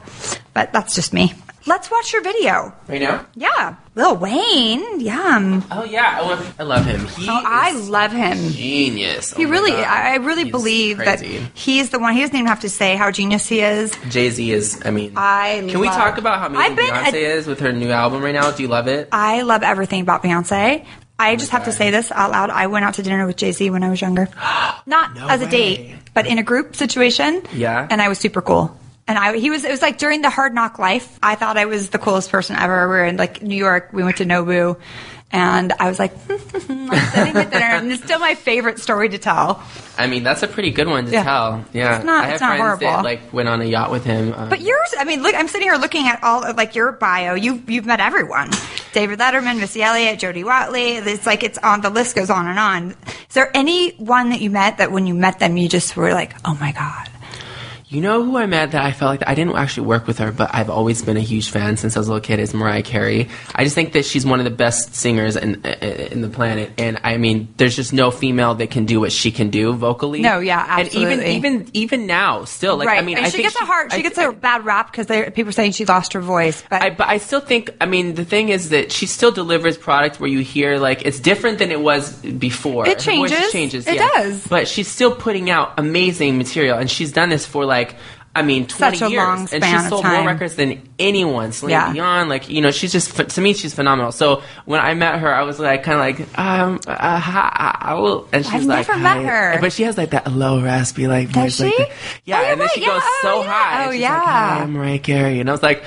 Speaker 2: but that's just me. Let's watch your video.
Speaker 7: right now.
Speaker 2: Yeah, Lil Wayne. Yum.
Speaker 7: Oh yeah, I, want, I love him. He
Speaker 2: Oh, I
Speaker 7: is
Speaker 2: love him.
Speaker 7: genius. Oh
Speaker 2: He really, I I really believe that he's the one. He doesn't even have to say how genius he is.
Speaker 7: Jay Z is. I mean,
Speaker 2: I
Speaker 7: can we
Speaker 2: love-
Speaker 7: talk about how amazing
Speaker 2: I've been
Speaker 7: Beyonce
Speaker 2: a-
Speaker 7: is with her new album right now? Do you love it? Oh
Speaker 2: I love everything about Beyonce. I just have to
Speaker 7: God.
Speaker 2: say this out loud. I went out to dinner with Jay Z when I was younger. Not
Speaker 7: No
Speaker 2: as a
Speaker 7: way.
Speaker 2: date, but in a group situation.
Speaker 7: Yeah.
Speaker 2: And I was super cool. And I, he was, it was like during the hard knock life, I thought I was the coolest person ever. We were in like New York, we went to Nobu, and I was like, I'm sitting at dinner, and it's still my favorite story to tell.
Speaker 7: I mean, that's a pretty good one to
Speaker 2: Yeah.
Speaker 7: tell. Yeah,
Speaker 2: It's not-
Speaker 7: I have
Speaker 2: it's not
Speaker 7: friends that
Speaker 2: horrible.
Speaker 7: like went on a yacht with him. um,
Speaker 2: But yours, I mean, look, I'm sitting here looking at all of, like your bio. You've you've met everyone: David Letterman, Missy Elliott, Jodie Watley. It's like it's on the list goes on and on. Is there anyone that you met that when you met them you just were like, oh my god?
Speaker 7: You know who I met that I felt like I didn't actually work with her, but I've always been a huge fan since I was a little kid is Mariah Carey. I just think that she's one of the best singers in in the planet, and I mean, there's just no female that can do what she can do vocally.
Speaker 2: No, yeah,
Speaker 7: And
Speaker 2: absolutely.
Speaker 7: even even even now, still, like
Speaker 2: right.
Speaker 7: I mean,
Speaker 2: and
Speaker 7: I
Speaker 2: she
Speaker 7: think
Speaker 2: gets a hard, she
Speaker 7: I-
Speaker 2: gets a
Speaker 7: I-
Speaker 2: bad rap because people are saying she lost her voice. But
Speaker 7: I, but I still think, I mean, the thing is that she still delivers product where you hear, like, it's different than it was before.
Speaker 2: It
Speaker 7: Her voice
Speaker 2: changes.
Speaker 7: changes.
Speaker 2: It
Speaker 7: yeah.
Speaker 2: does.
Speaker 7: But she's still putting out amazing material, and she's done this for, like, I mean, 20
Speaker 2: Such a
Speaker 7: years.
Speaker 2: long
Speaker 7: and
Speaker 2: span
Speaker 7: she's
Speaker 2: of
Speaker 7: sold
Speaker 2: time.
Speaker 7: more records than anyone. Celine
Speaker 2: Yeah.
Speaker 7: Dion, like, you know, she's just, to me, she's phenomenal. So when I met her, I was, like, kind of like, um, uh, hi, I will. And she's
Speaker 2: I've
Speaker 7: like,
Speaker 2: never met
Speaker 7: hi.
Speaker 2: her.
Speaker 7: But she has, like, that low, raspy, like,
Speaker 2: Does
Speaker 7: voice. Like
Speaker 2: she?
Speaker 7: that. Yeah,
Speaker 2: Oh, you're
Speaker 7: and then
Speaker 2: right.
Speaker 7: she
Speaker 2: Yeah.
Speaker 7: goes
Speaker 2: Oh,
Speaker 7: so
Speaker 2: yeah.
Speaker 7: high. and
Speaker 2: Oh,
Speaker 7: she's
Speaker 2: yeah.
Speaker 7: Like, hi, I'm Mariah Carey. And I was like,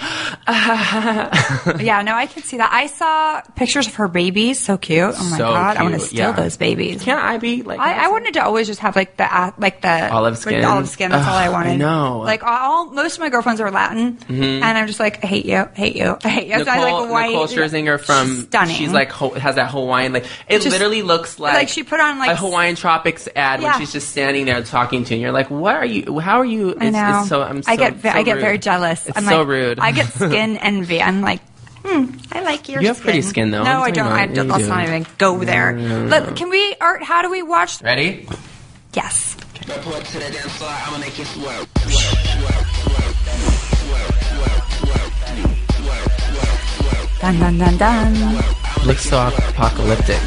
Speaker 2: yeah, no, I can see that. I saw pictures of her babies, so cute. Oh my
Speaker 7: So
Speaker 2: god, I want to
Speaker 7: cute,
Speaker 2: steal
Speaker 7: yeah.
Speaker 2: those babies.
Speaker 7: Can't I be like?
Speaker 2: I, I wanted to always just have like the uh, like the
Speaker 7: Olive skin.
Speaker 2: olive skin. That's all I
Speaker 7: Ugh, I
Speaker 2: wanted.
Speaker 7: know, Mm-hmm.
Speaker 2: Like Like all, most of my girlfriends are Latin, and I'm just like, I hate you, I hate you, I hate you. So I
Speaker 7: Nicole,
Speaker 2: like white.
Speaker 7: Nicole Scherzinger from
Speaker 2: She's stunning.
Speaker 7: She's like ho- has that Hawaiian like it
Speaker 2: Just-
Speaker 7: literally looks like
Speaker 2: like she put on, like,
Speaker 7: a Hawaiian tropics ad
Speaker 2: Yeah.
Speaker 7: when she's just standing there talking to you. And you're like, what are you? How are you? It's,
Speaker 2: I know.
Speaker 7: It's so I'm. So,
Speaker 2: I get ve-
Speaker 7: so
Speaker 2: I get
Speaker 7: rude.
Speaker 2: very jealous.
Speaker 7: It's
Speaker 2: I'm
Speaker 7: so
Speaker 2: like,
Speaker 7: rude.
Speaker 2: I get skin envy. I'm like. Hmm, I like your
Speaker 7: You have pretty skin, though.
Speaker 2: No,
Speaker 7: I'm
Speaker 2: I don't.
Speaker 7: sorry,
Speaker 2: I
Speaker 7: no,
Speaker 2: don't
Speaker 7: you
Speaker 2: let's
Speaker 7: do.
Speaker 2: not even go there. Let- can we, Art? How do we watch?
Speaker 7: Ready?
Speaker 2: Yes. Dun dun dun dun.
Speaker 7: Looks so apocalyptic.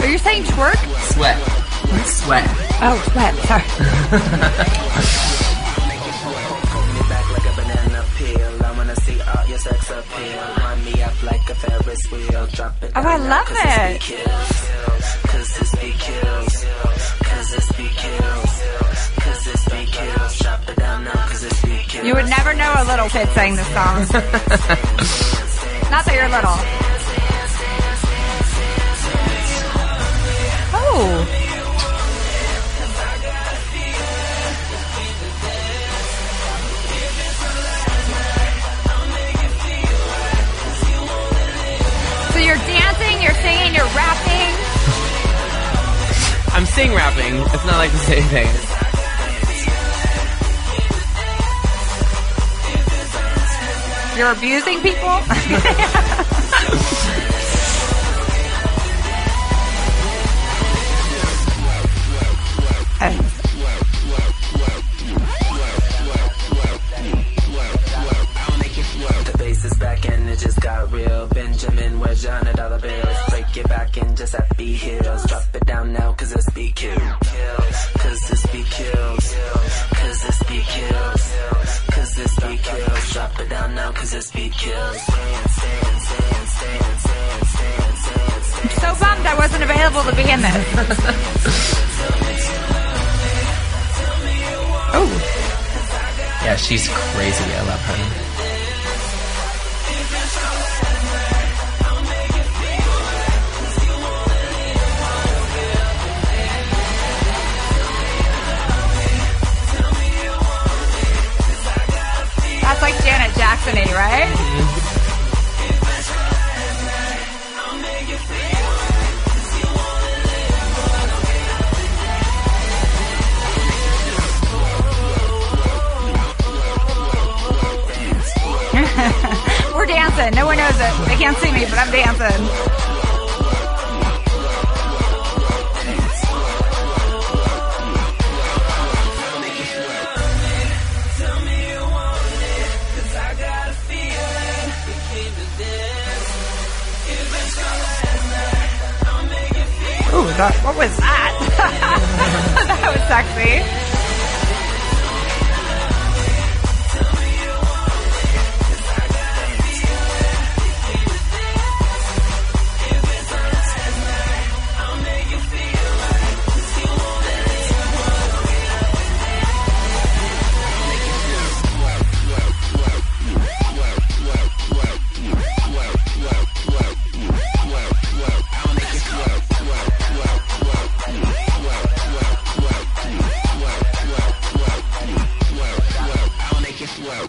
Speaker 2: Are you saying twerk?
Speaker 7: Sweat. Sweat.
Speaker 2: Oh, sweat. Sorry. Oh, I love it. You would never know a little kid sang this song. Not that you're little. Oh. So you're dancing, you're singing, you're rapping.
Speaker 7: I'm sing rapping. It's not like the same thing.
Speaker 2: You're abusing people. And-
Speaker 8: The bass is back and it just got real. Benjamin, where's your hundred dollar bills? Break it back and just happy heels. Drop it down now, cause it's be kill. Cause it's be kill. Cause it's be kill. Cause it's be kill. Drop it down now, cause it's be kill.
Speaker 2: I'm so bummed I wasn't available to be in this.
Speaker 7: Yeah, she's crazy. I love her.
Speaker 2: That's like Janet Jackson, right? We're dancing. No one knows it. They can't see me, but I'm dancing. Ooh, that, what was that? Ah. that was sexy. Woo!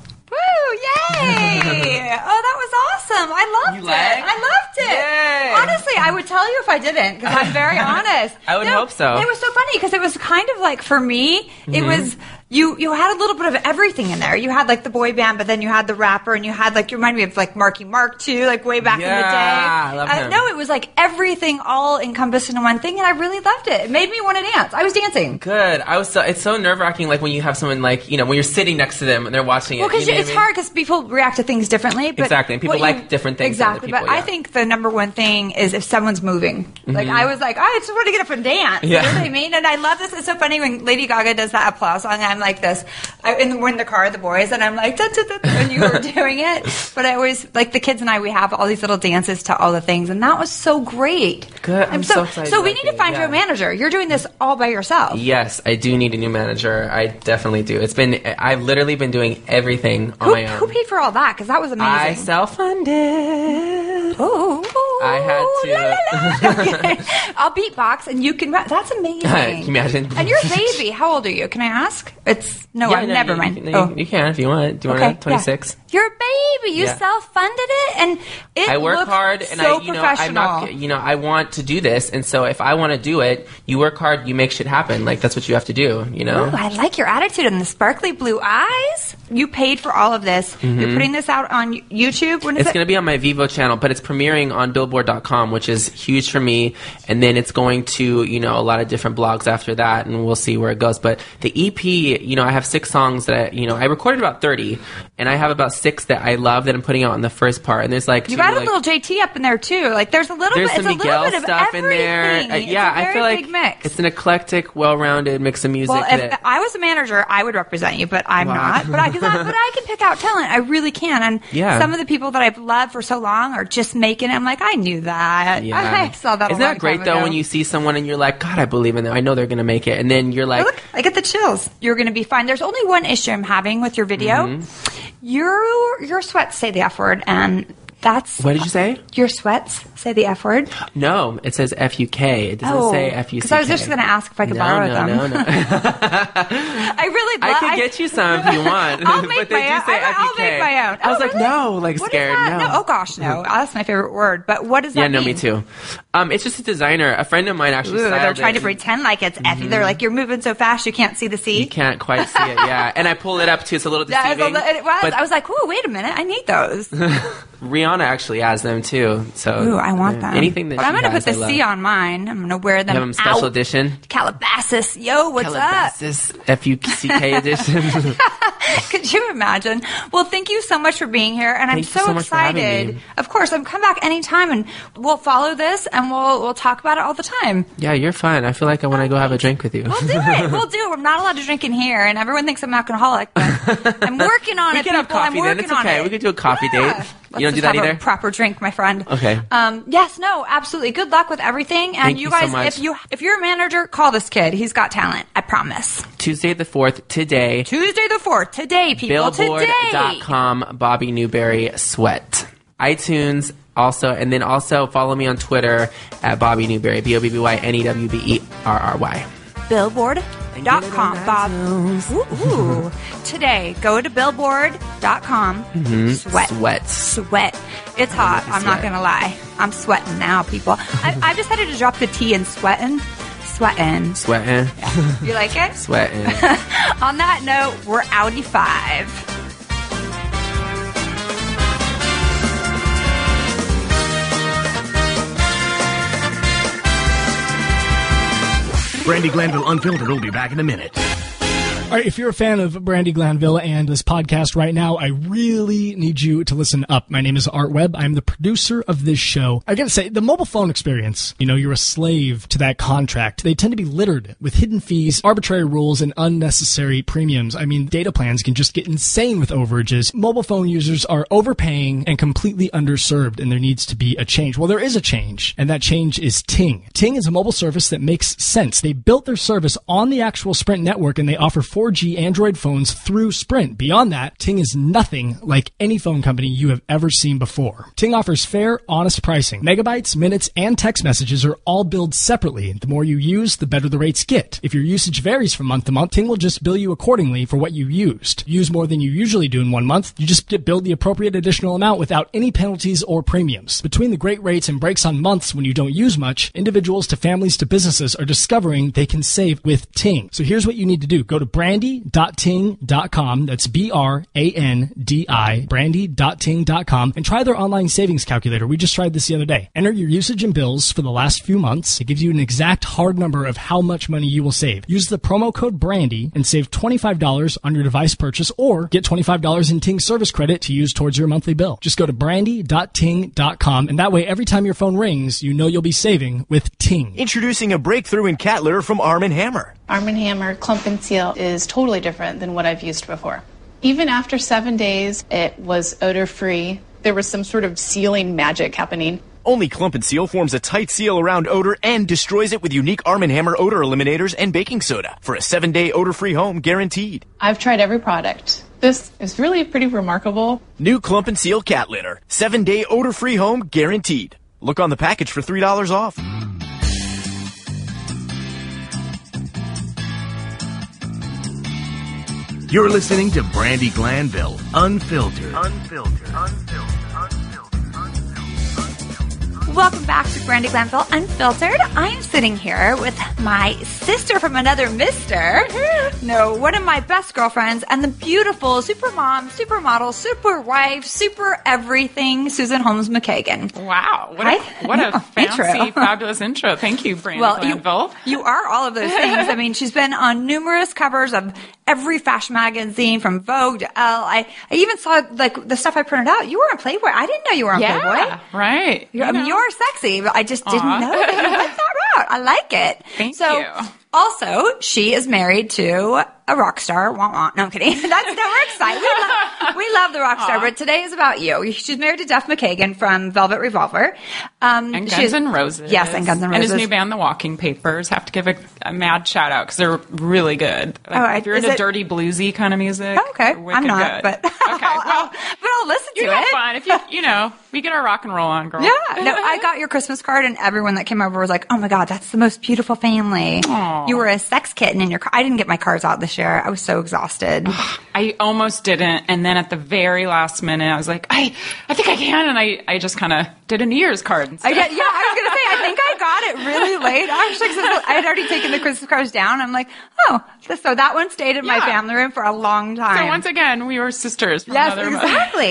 Speaker 2: Yay! oh, that was awesome. I loved
Speaker 7: You
Speaker 2: it.
Speaker 7: like?
Speaker 2: I loved it.
Speaker 7: Yay.
Speaker 2: Honestly, I would tell you if I didn't because I'm very honest.
Speaker 7: I would hope so. Mm-hmm.
Speaker 2: It was so funny because it was kind of like for me, it was you. You had a little bit of everything in there. You had like the boy band, but then you had the rapper, and you had like you remind me of like Marky Mark too, like way back in the day.
Speaker 7: Yeah, I love
Speaker 2: Uh,
Speaker 7: him.
Speaker 2: No, it was like everything all encompassed in one thing, and I really loved it. It made me want to dance. I was dancing.
Speaker 7: Good. I was so. It's so nerve wracking. Like when you have someone like you know when you're sitting next to them and they're watching it.
Speaker 2: Well, because
Speaker 7: you know
Speaker 2: it's
Speaker 7: what I mean?
Speaker 2: hard because people react to things differently. But
Speaker 7: Exactly, and people
Speaker 2: what
Speaker 7: like different things than other
Speaker 2: Exactly, but
Speaker 7: people,
Speaker 2: I
Speaker 7: yeah. Mm-hmm.
Speaker 2: think the number one thing is if someone's moving. Like I was like, "Oh, I just want to get up and dance. You know
Speaker 7: Yeah.
Speaker 2: what I mean? And I love this. It's so funny when Lady Gaga does that applause song. I'm like this. I, and we're in the car, the boys, and I'm like, da, da, da, da, and you were doing it. But I always like the kids and I. We have all these little dances to all the things, and that was so great.
Speaker 7: Good. I'm so excited
Speaker 2: So we
Speaker 7: about
Speaker 2: need to
Speaker 7: it,
Speaker 2: find you
Speaker 7: yeah.
Speaker 2: a manager. You're doing this all by yourself.
Speaker 7: Yes, I do need a new manager. I definitely do. It's been I've literally been doing everything on
Speaker 2: Who,
Speaker 7: my own.
Speaker 2: who paid for all that? Because that was amazing.
Speaker 7: I self funded.
Speaker 2: Ooh.
Speaker 7: I had to. uh,
Speaker 2: la, la, la. Okay. I'll beatbox and you can rap. That's amazing.
Speaker 7: Can you imagine?
Speaker 2: And you're a baby. How old are you? Can I ask? It's no,
Speaker 7: Yeah,
Speaker 2: I'm,
Speaker 7: no,
Speaker 2: never
Speaker 7: you,
Speaker 2: mind.
Speaker 7: You,
Speaker 2: oh.
Speaker 7: you can if you want. Do you
Speaker 2: Okay,
Speaker 7: want to? 26.
Speaker 2: yeah. You're a baby. You
Speaker 7: Yeah.
Speaker 2: self-funded it, and it
Speaker 7: I work
Speaker 2: looked
Speaker 7: hard, and
Speaker 2: so
Speaker 7: I, you know, I'm
Speaker 2: professional.
Speaker 7: not, you know, I want to do this, and so if I want to do it, you work hard, you make shit happen. Like that's what you have to do, you know.
Speaker 2: Ooh, I like your attitude and the sparkly blue eyes. You paid for all of this. You're putting this out on YouTube. When is
Speaker 7: Mm-hmm. It's
Speaker 2: it?
Speaker 7: going to be on my Vivo channel, but it's premiering on Billboard.com, which is huge for me. And then it's going to, you know, a lot of different blogs after that, and we'll see where it goes. But the EP, you know, I have six songs that, I, you know, I recorded about 30, and I have about six that I love that I'm putting out in the first part. And there's like,
Speaker 2: you
Speaker 7: two,
Speaker 2: got
Speaker 7: like,
Speaker 2: a little JT up in there too. Like there's a little
Speaker 7: there's
Speaker 2: bit.
Speaker 7: some
Speaker 2: It's a little
Speaker 7: Miguel
Speaker 2: bit of
Speaker 7: stuff in
Speaker 2: everything.
Speaker 7: there. Uh, yeah,
Speaker 2: it's a very
Speaker 7: I feel like
Speaker 2: big mix.
Speaker 7: it's an eclectic, well-rounded mix of music.
Speaker 2: well, if
Speaker 7: that,
Speaker 2: I was a manager, I would represent you, but I'm not. But I, 'cause I, but I can pick out talent. I really can. And
Speaker 7: Yeah.
Speaker 2: some of the people that I've loved for so long are just making it. I'm like, I knew that. I saw that.
Speaker 7: Isn't
Speaker 2: a long
Speaker 7: that great
Speaker 2: time
Speaker 7: though
Speaker 2: ago.
Speaker 7: when you see someone and you're like, God, I believe in them. I know they're gonna make it, and then you're like,
Speaker 2: Look, I get the chills. You're going to be fine. There's only one issue I'm having with your video.
Speaker 7: Mm-hmm.
Speaker 2: Your your sweats say the F word, and that's
Speaker 7: What did you say?
Speaker 2: Your sweats say the F word.
Speaker 7: No, it says F U K. It doesn't say F U C K.
Speaker 2: because Oh, I was just going to ask if I could
Speaker 7: No,
Speaker 2: borrow
Speaker 7: no,
Speaker 2: them.
Speaker 7: no, no.
Speaker 2: I really.
Speaker 7: I
Speaker 2: love-
Speaker 7: could get you some if you want.
Speaker 2: I'll make
Speaker 7: but they
Speaker 2: my
Speaker 7: do
Speaker 2: own.
Speaker 7: say
Speaker 2: I, will
Speaker 7: FUK.
Speaker 2: make my own.
Speaker 7: I was
Speaker 2: Oh,
Speaker 7: like,
Speaker 2: really?
Speaker 7: no, like
Speaker 2: What is
Speaker 7: scared.
Speaker 2: that?
Speaker 7: No. Hmm.
Speaker 2: Oh gosh, no. That's my favorite word. But what does
Speaker 7: Yeah,
Speaker 2: that
Speaker 7: no,
Speaker 2: mean?
Speaker 7: me too. Um, it's just a designer. A friend of mine
Speaker 2: Ooh,
Speaker 7: actually.
Speaker 2: they're
Speaker 7: styled
Speaker 2: trying
Speaker 7: it.
Speaker 2: to pretend like it's effing. They're like, you're moving so fast, you can't see the C.
Speaker 7: Mm-hmm. You can't quite see it. Yeah, and I pull it up too. It's a little
Speaker 2: That
Speaker 7: deceiving.
Speaker 2: is all that it was.
Speaker 7: But
Speaker 2: I was like, ooh, wait a minute, I need those. Ooh,
Speaker 7: Rihanna actually has them too. So
Speaker 2: I want
Speaker 7: yeah.
Speaker 2: them.
Speaker 7: Anything that
Speaker 2: but
Speaker 7: she
Speaker 2: I'm gonna
Speaker 7: has,
Speaker 2: put
Speaker 7: I
Speaker 2: the
Speaker 7: love.
Speaker 2: C on mine. I'm gonna wear them.
Speaker 7: Have them special
Speaker 2: out.
Speaker 7: edition.
Speaker 2: Calabasas, yo, what's up?
Speaker 7: Calabasas F U C K edition.
Speaker 2: Could you imagine? Well, thank you so much for being here, and I'm
Speaker 7: Thank you
Speaker 2: so,
Speaker 7: so much for having
Speaker 2: excited.
Speaker 7: me.
Speaker 2: Of course, I'm come back anytime, and we'll follow this, and we'll we'll talk about it all the time.
Speaker 7: yeah, you're fine. I feel like I want to go have a drink with you.
Speaker 2: We'll do it. We'll do it. I'm not allowed to drink in here, and everyone thinks I'm an alcoholic. But I'm working on
Speaker 7: We
Speaker 2: it.
Speaker 7: can have
Speaker 2: people. I'm
Speaker 7: coffee then.
Speaker 2: working
Speaker 7: It's
Speaker 2: on
Speaker 7: okay.
Speaker 2: it.
Speaker 7: We could do a coffee
Speaker 2: Yeah.
Speaker 7: date.
Speaker 2: Let's
Speaker 7: You don't do
Speaker 2: just
Speaker 7: that
Speaker 2: have a
Speaker 7: either?
Speaker 2: proper drink, my friend.
Speaker 7: Okay.
Speaker 2: Um, yes. No. Absolutely. Good luck with everything. And
Speaker 7: Thank
Speaker 2: you
Speaker 7: you so
Speaker 2: guys,
Speaker 7: much.
Speaker 2: if you if you're a manager, call this kid. He's got talent. I promise.
Speaker 7: Tuesday the 4th, today,
Speaker 2: Tuesday the fourth. Today, people. Today.
Speaker 7: billboard.com, Bobby Newberry Sweat. iTunes also, and then also follow me on Twitter at Bobby Newberry, B O B B Y N E W B E R R Y.
Speaker 2: Billboard.com, Bob. Ooh, ooh. Today, go to billboard.com. Sweat.
Speaker 7: Sweat.
Speaker 2: sweat. It's hot. I'm not
Speaker 7: sweat.
Speaker 2: gonna lie. I'm sweating now, people. I, I just had to drop the T in sweating. Sweating.
Speaker 7: Sweating.
Speaker 2: You like it?
Speaker 7: Sweating.
Speaker 2: On that note, we're Audi five.
Speaker 6: Brandy Glanville Unfiltered will be back in a minute.
Speaker 1: All right, if you're a fan of Brandy Glanville and this podcast right now, I really need you to listen up. My name is Art Webb. I'm the producer of this show. I gotta say, the mobile phone experience, you know, you're a slave to that contract. They tend to be littered with hidden fees, arbitrary rules, and unnecessary premiums. I mean, data plans can just get insane with overages. Mobile phone users are overpaying and completely underserved, and there needs to be a change. Well, there is a change, and that change is Ting. Ting is a mobile service that makes sense. They built their service on the actual Sprint network, and they offer 4G Android phones through Sprint. Beyond that, Ting is nothing like any phone company you have ever seen before. Ting offers fair, honest pricing. Megabytes, minutes, and text messages are all billed separately. The more you use, the better the rates get. If your usage varies from month to month, Ting will just bill you accordingly for what you used. Use more than you usually do in one month, you just get billed the appropriate additional amount without any penalties or premiums. Between the great rates and breaks on months when you don't use much, individuals to families to businesses are discovering they can save with Ting. So here's what you need to do. Go to brandy.ting.com. That's B-R-A-N-D-I, brandy.ting.com and try their online savings calculator. We just tried this the other day. Enter your usage and bills for the last few months. It gives you an exact hard number of how much money you will save. Use the promo code brandy and save $25 on your device purchase or get $25 in Ting service credit to use towards your monthly bill. Just go to brandy.ting.com and that way every time your phone rings, you know you'll be saving with Ting.
Speaker 9: Introducing a breakthrough in cat litter from Arm & Hammer.
Speaker 10: Arm & Hammer Clump and Seal is totally different than what I've used before. Even after seven days, it was odor-free. There was some sort of sealing magic happening.
Speaker 9: Only Clump and Seal forms a tight seal around odor and destroys it with unique Arm & Hammer odor eliminators and baking soda for a 7-day odor-free home guaranteed.
Speaker 10: I've tried every product. This is really pretty remarkable.
Speaker 9: New Clump and Seal cat litter, 7-day odor-free home guaranteed. Look on the package for $3 off.
Speaker 6: You're listening to Brandy Glanville, unfiltered.
Speaker 3: Unfiltered. Unfiltered.
Speaker 2: Welcome back to Brandy Glanville Unfiltered. I'm sitting here with my sister from another mister. No, one of my best girlfriends and the beautiful super mom, supermodel, super wife, super everything, Susan Holmes McKagan.
Speaker 11: Wow. What a,
Speaker 2: I-
Speaker 11: what a
Speaker 2: yeah, intro.
Speaker 11: fancy, fabulous intro. Thank you, Brandy
Speaker 2: Well, you-
Speaker 11: Glanville.
Speaker 2: You are all of those things. I mean, she's been on numerous covers of every fashion magazine from Vogue to Elle. I, I even saw like the stuff I printed out. You were on Playboy. I didn't know you were on
Speaker 11: Yeah,
Speaker 2: Playboy.
Speaker 11: right.
Speaker 2: You're, I mean, you're sexy, but I just didn't
Speaker 11: Aw.
Speaker 2: know that you went that route. I like it.
Speaker 11: Thank
Speaker 2: so,
Speaker 11: you.
Speaker 2: Also, she is married to a rock star. Wah, wah. No, I'm kidding. That's no, we're excited. We love, we love the rock star, but today is about you. She's married to Duff McKagan from Velvet Revolver. Um,
Speaker 11: And
Speaker 2: she
Speaker 11: Guns
Speaker 2: is-
Speaker 11: N' Roses.
Speaker 2: Yes, and Guns N' Roses.
Speaker 11: And his new band, The Walking Papers. Have to give a, a mad shout out because they're really good. Like,
Speaker 2: Oh, I-
Speaker 11: if you're
Speaker 2: is
Speaker 11: into
Speaker 2: it- Oh,
Speaker 11: dirty bluesy kind of music,
Speaker 2: Okay,
Speaker 11: they're wicked
Speaker 2: I'm not,
Speaker 11: good.
Speaker 2: but
Speaker 11: okay, well,
Speaker 2: but I'll listen to
Speaker 11: you got
Speaker 2: it.
Speaker 11: fun. If you you know, we get our rock and roll on, girl.
Speaker 2: Yeah. No, I got your Christmas card, and everyone that came over was like, "Oh my god, that's the most beautiful family." You were a sex kitten in your. car. I didn't get my cards out this year. I was so exhausted.
Speaker 11: I almost didn't, and then at the very last minute, I was like, I, I think I can, and I, I just kind of did a New Year's card. instead.
Speaker 2: I did, yeah, I was gonna say I think I got it really late. Actually, 'cause I had already taken the Christmas cards down. I'm like, oh, so that one stayed in my
Speaker 11: Yeah.
Speaker 2: family room for a long time.
Speaker 11: So once again, we were sisters. From
Speaker 2: Yes,
Speaker 11: another mother.
Speaker 2: exactly.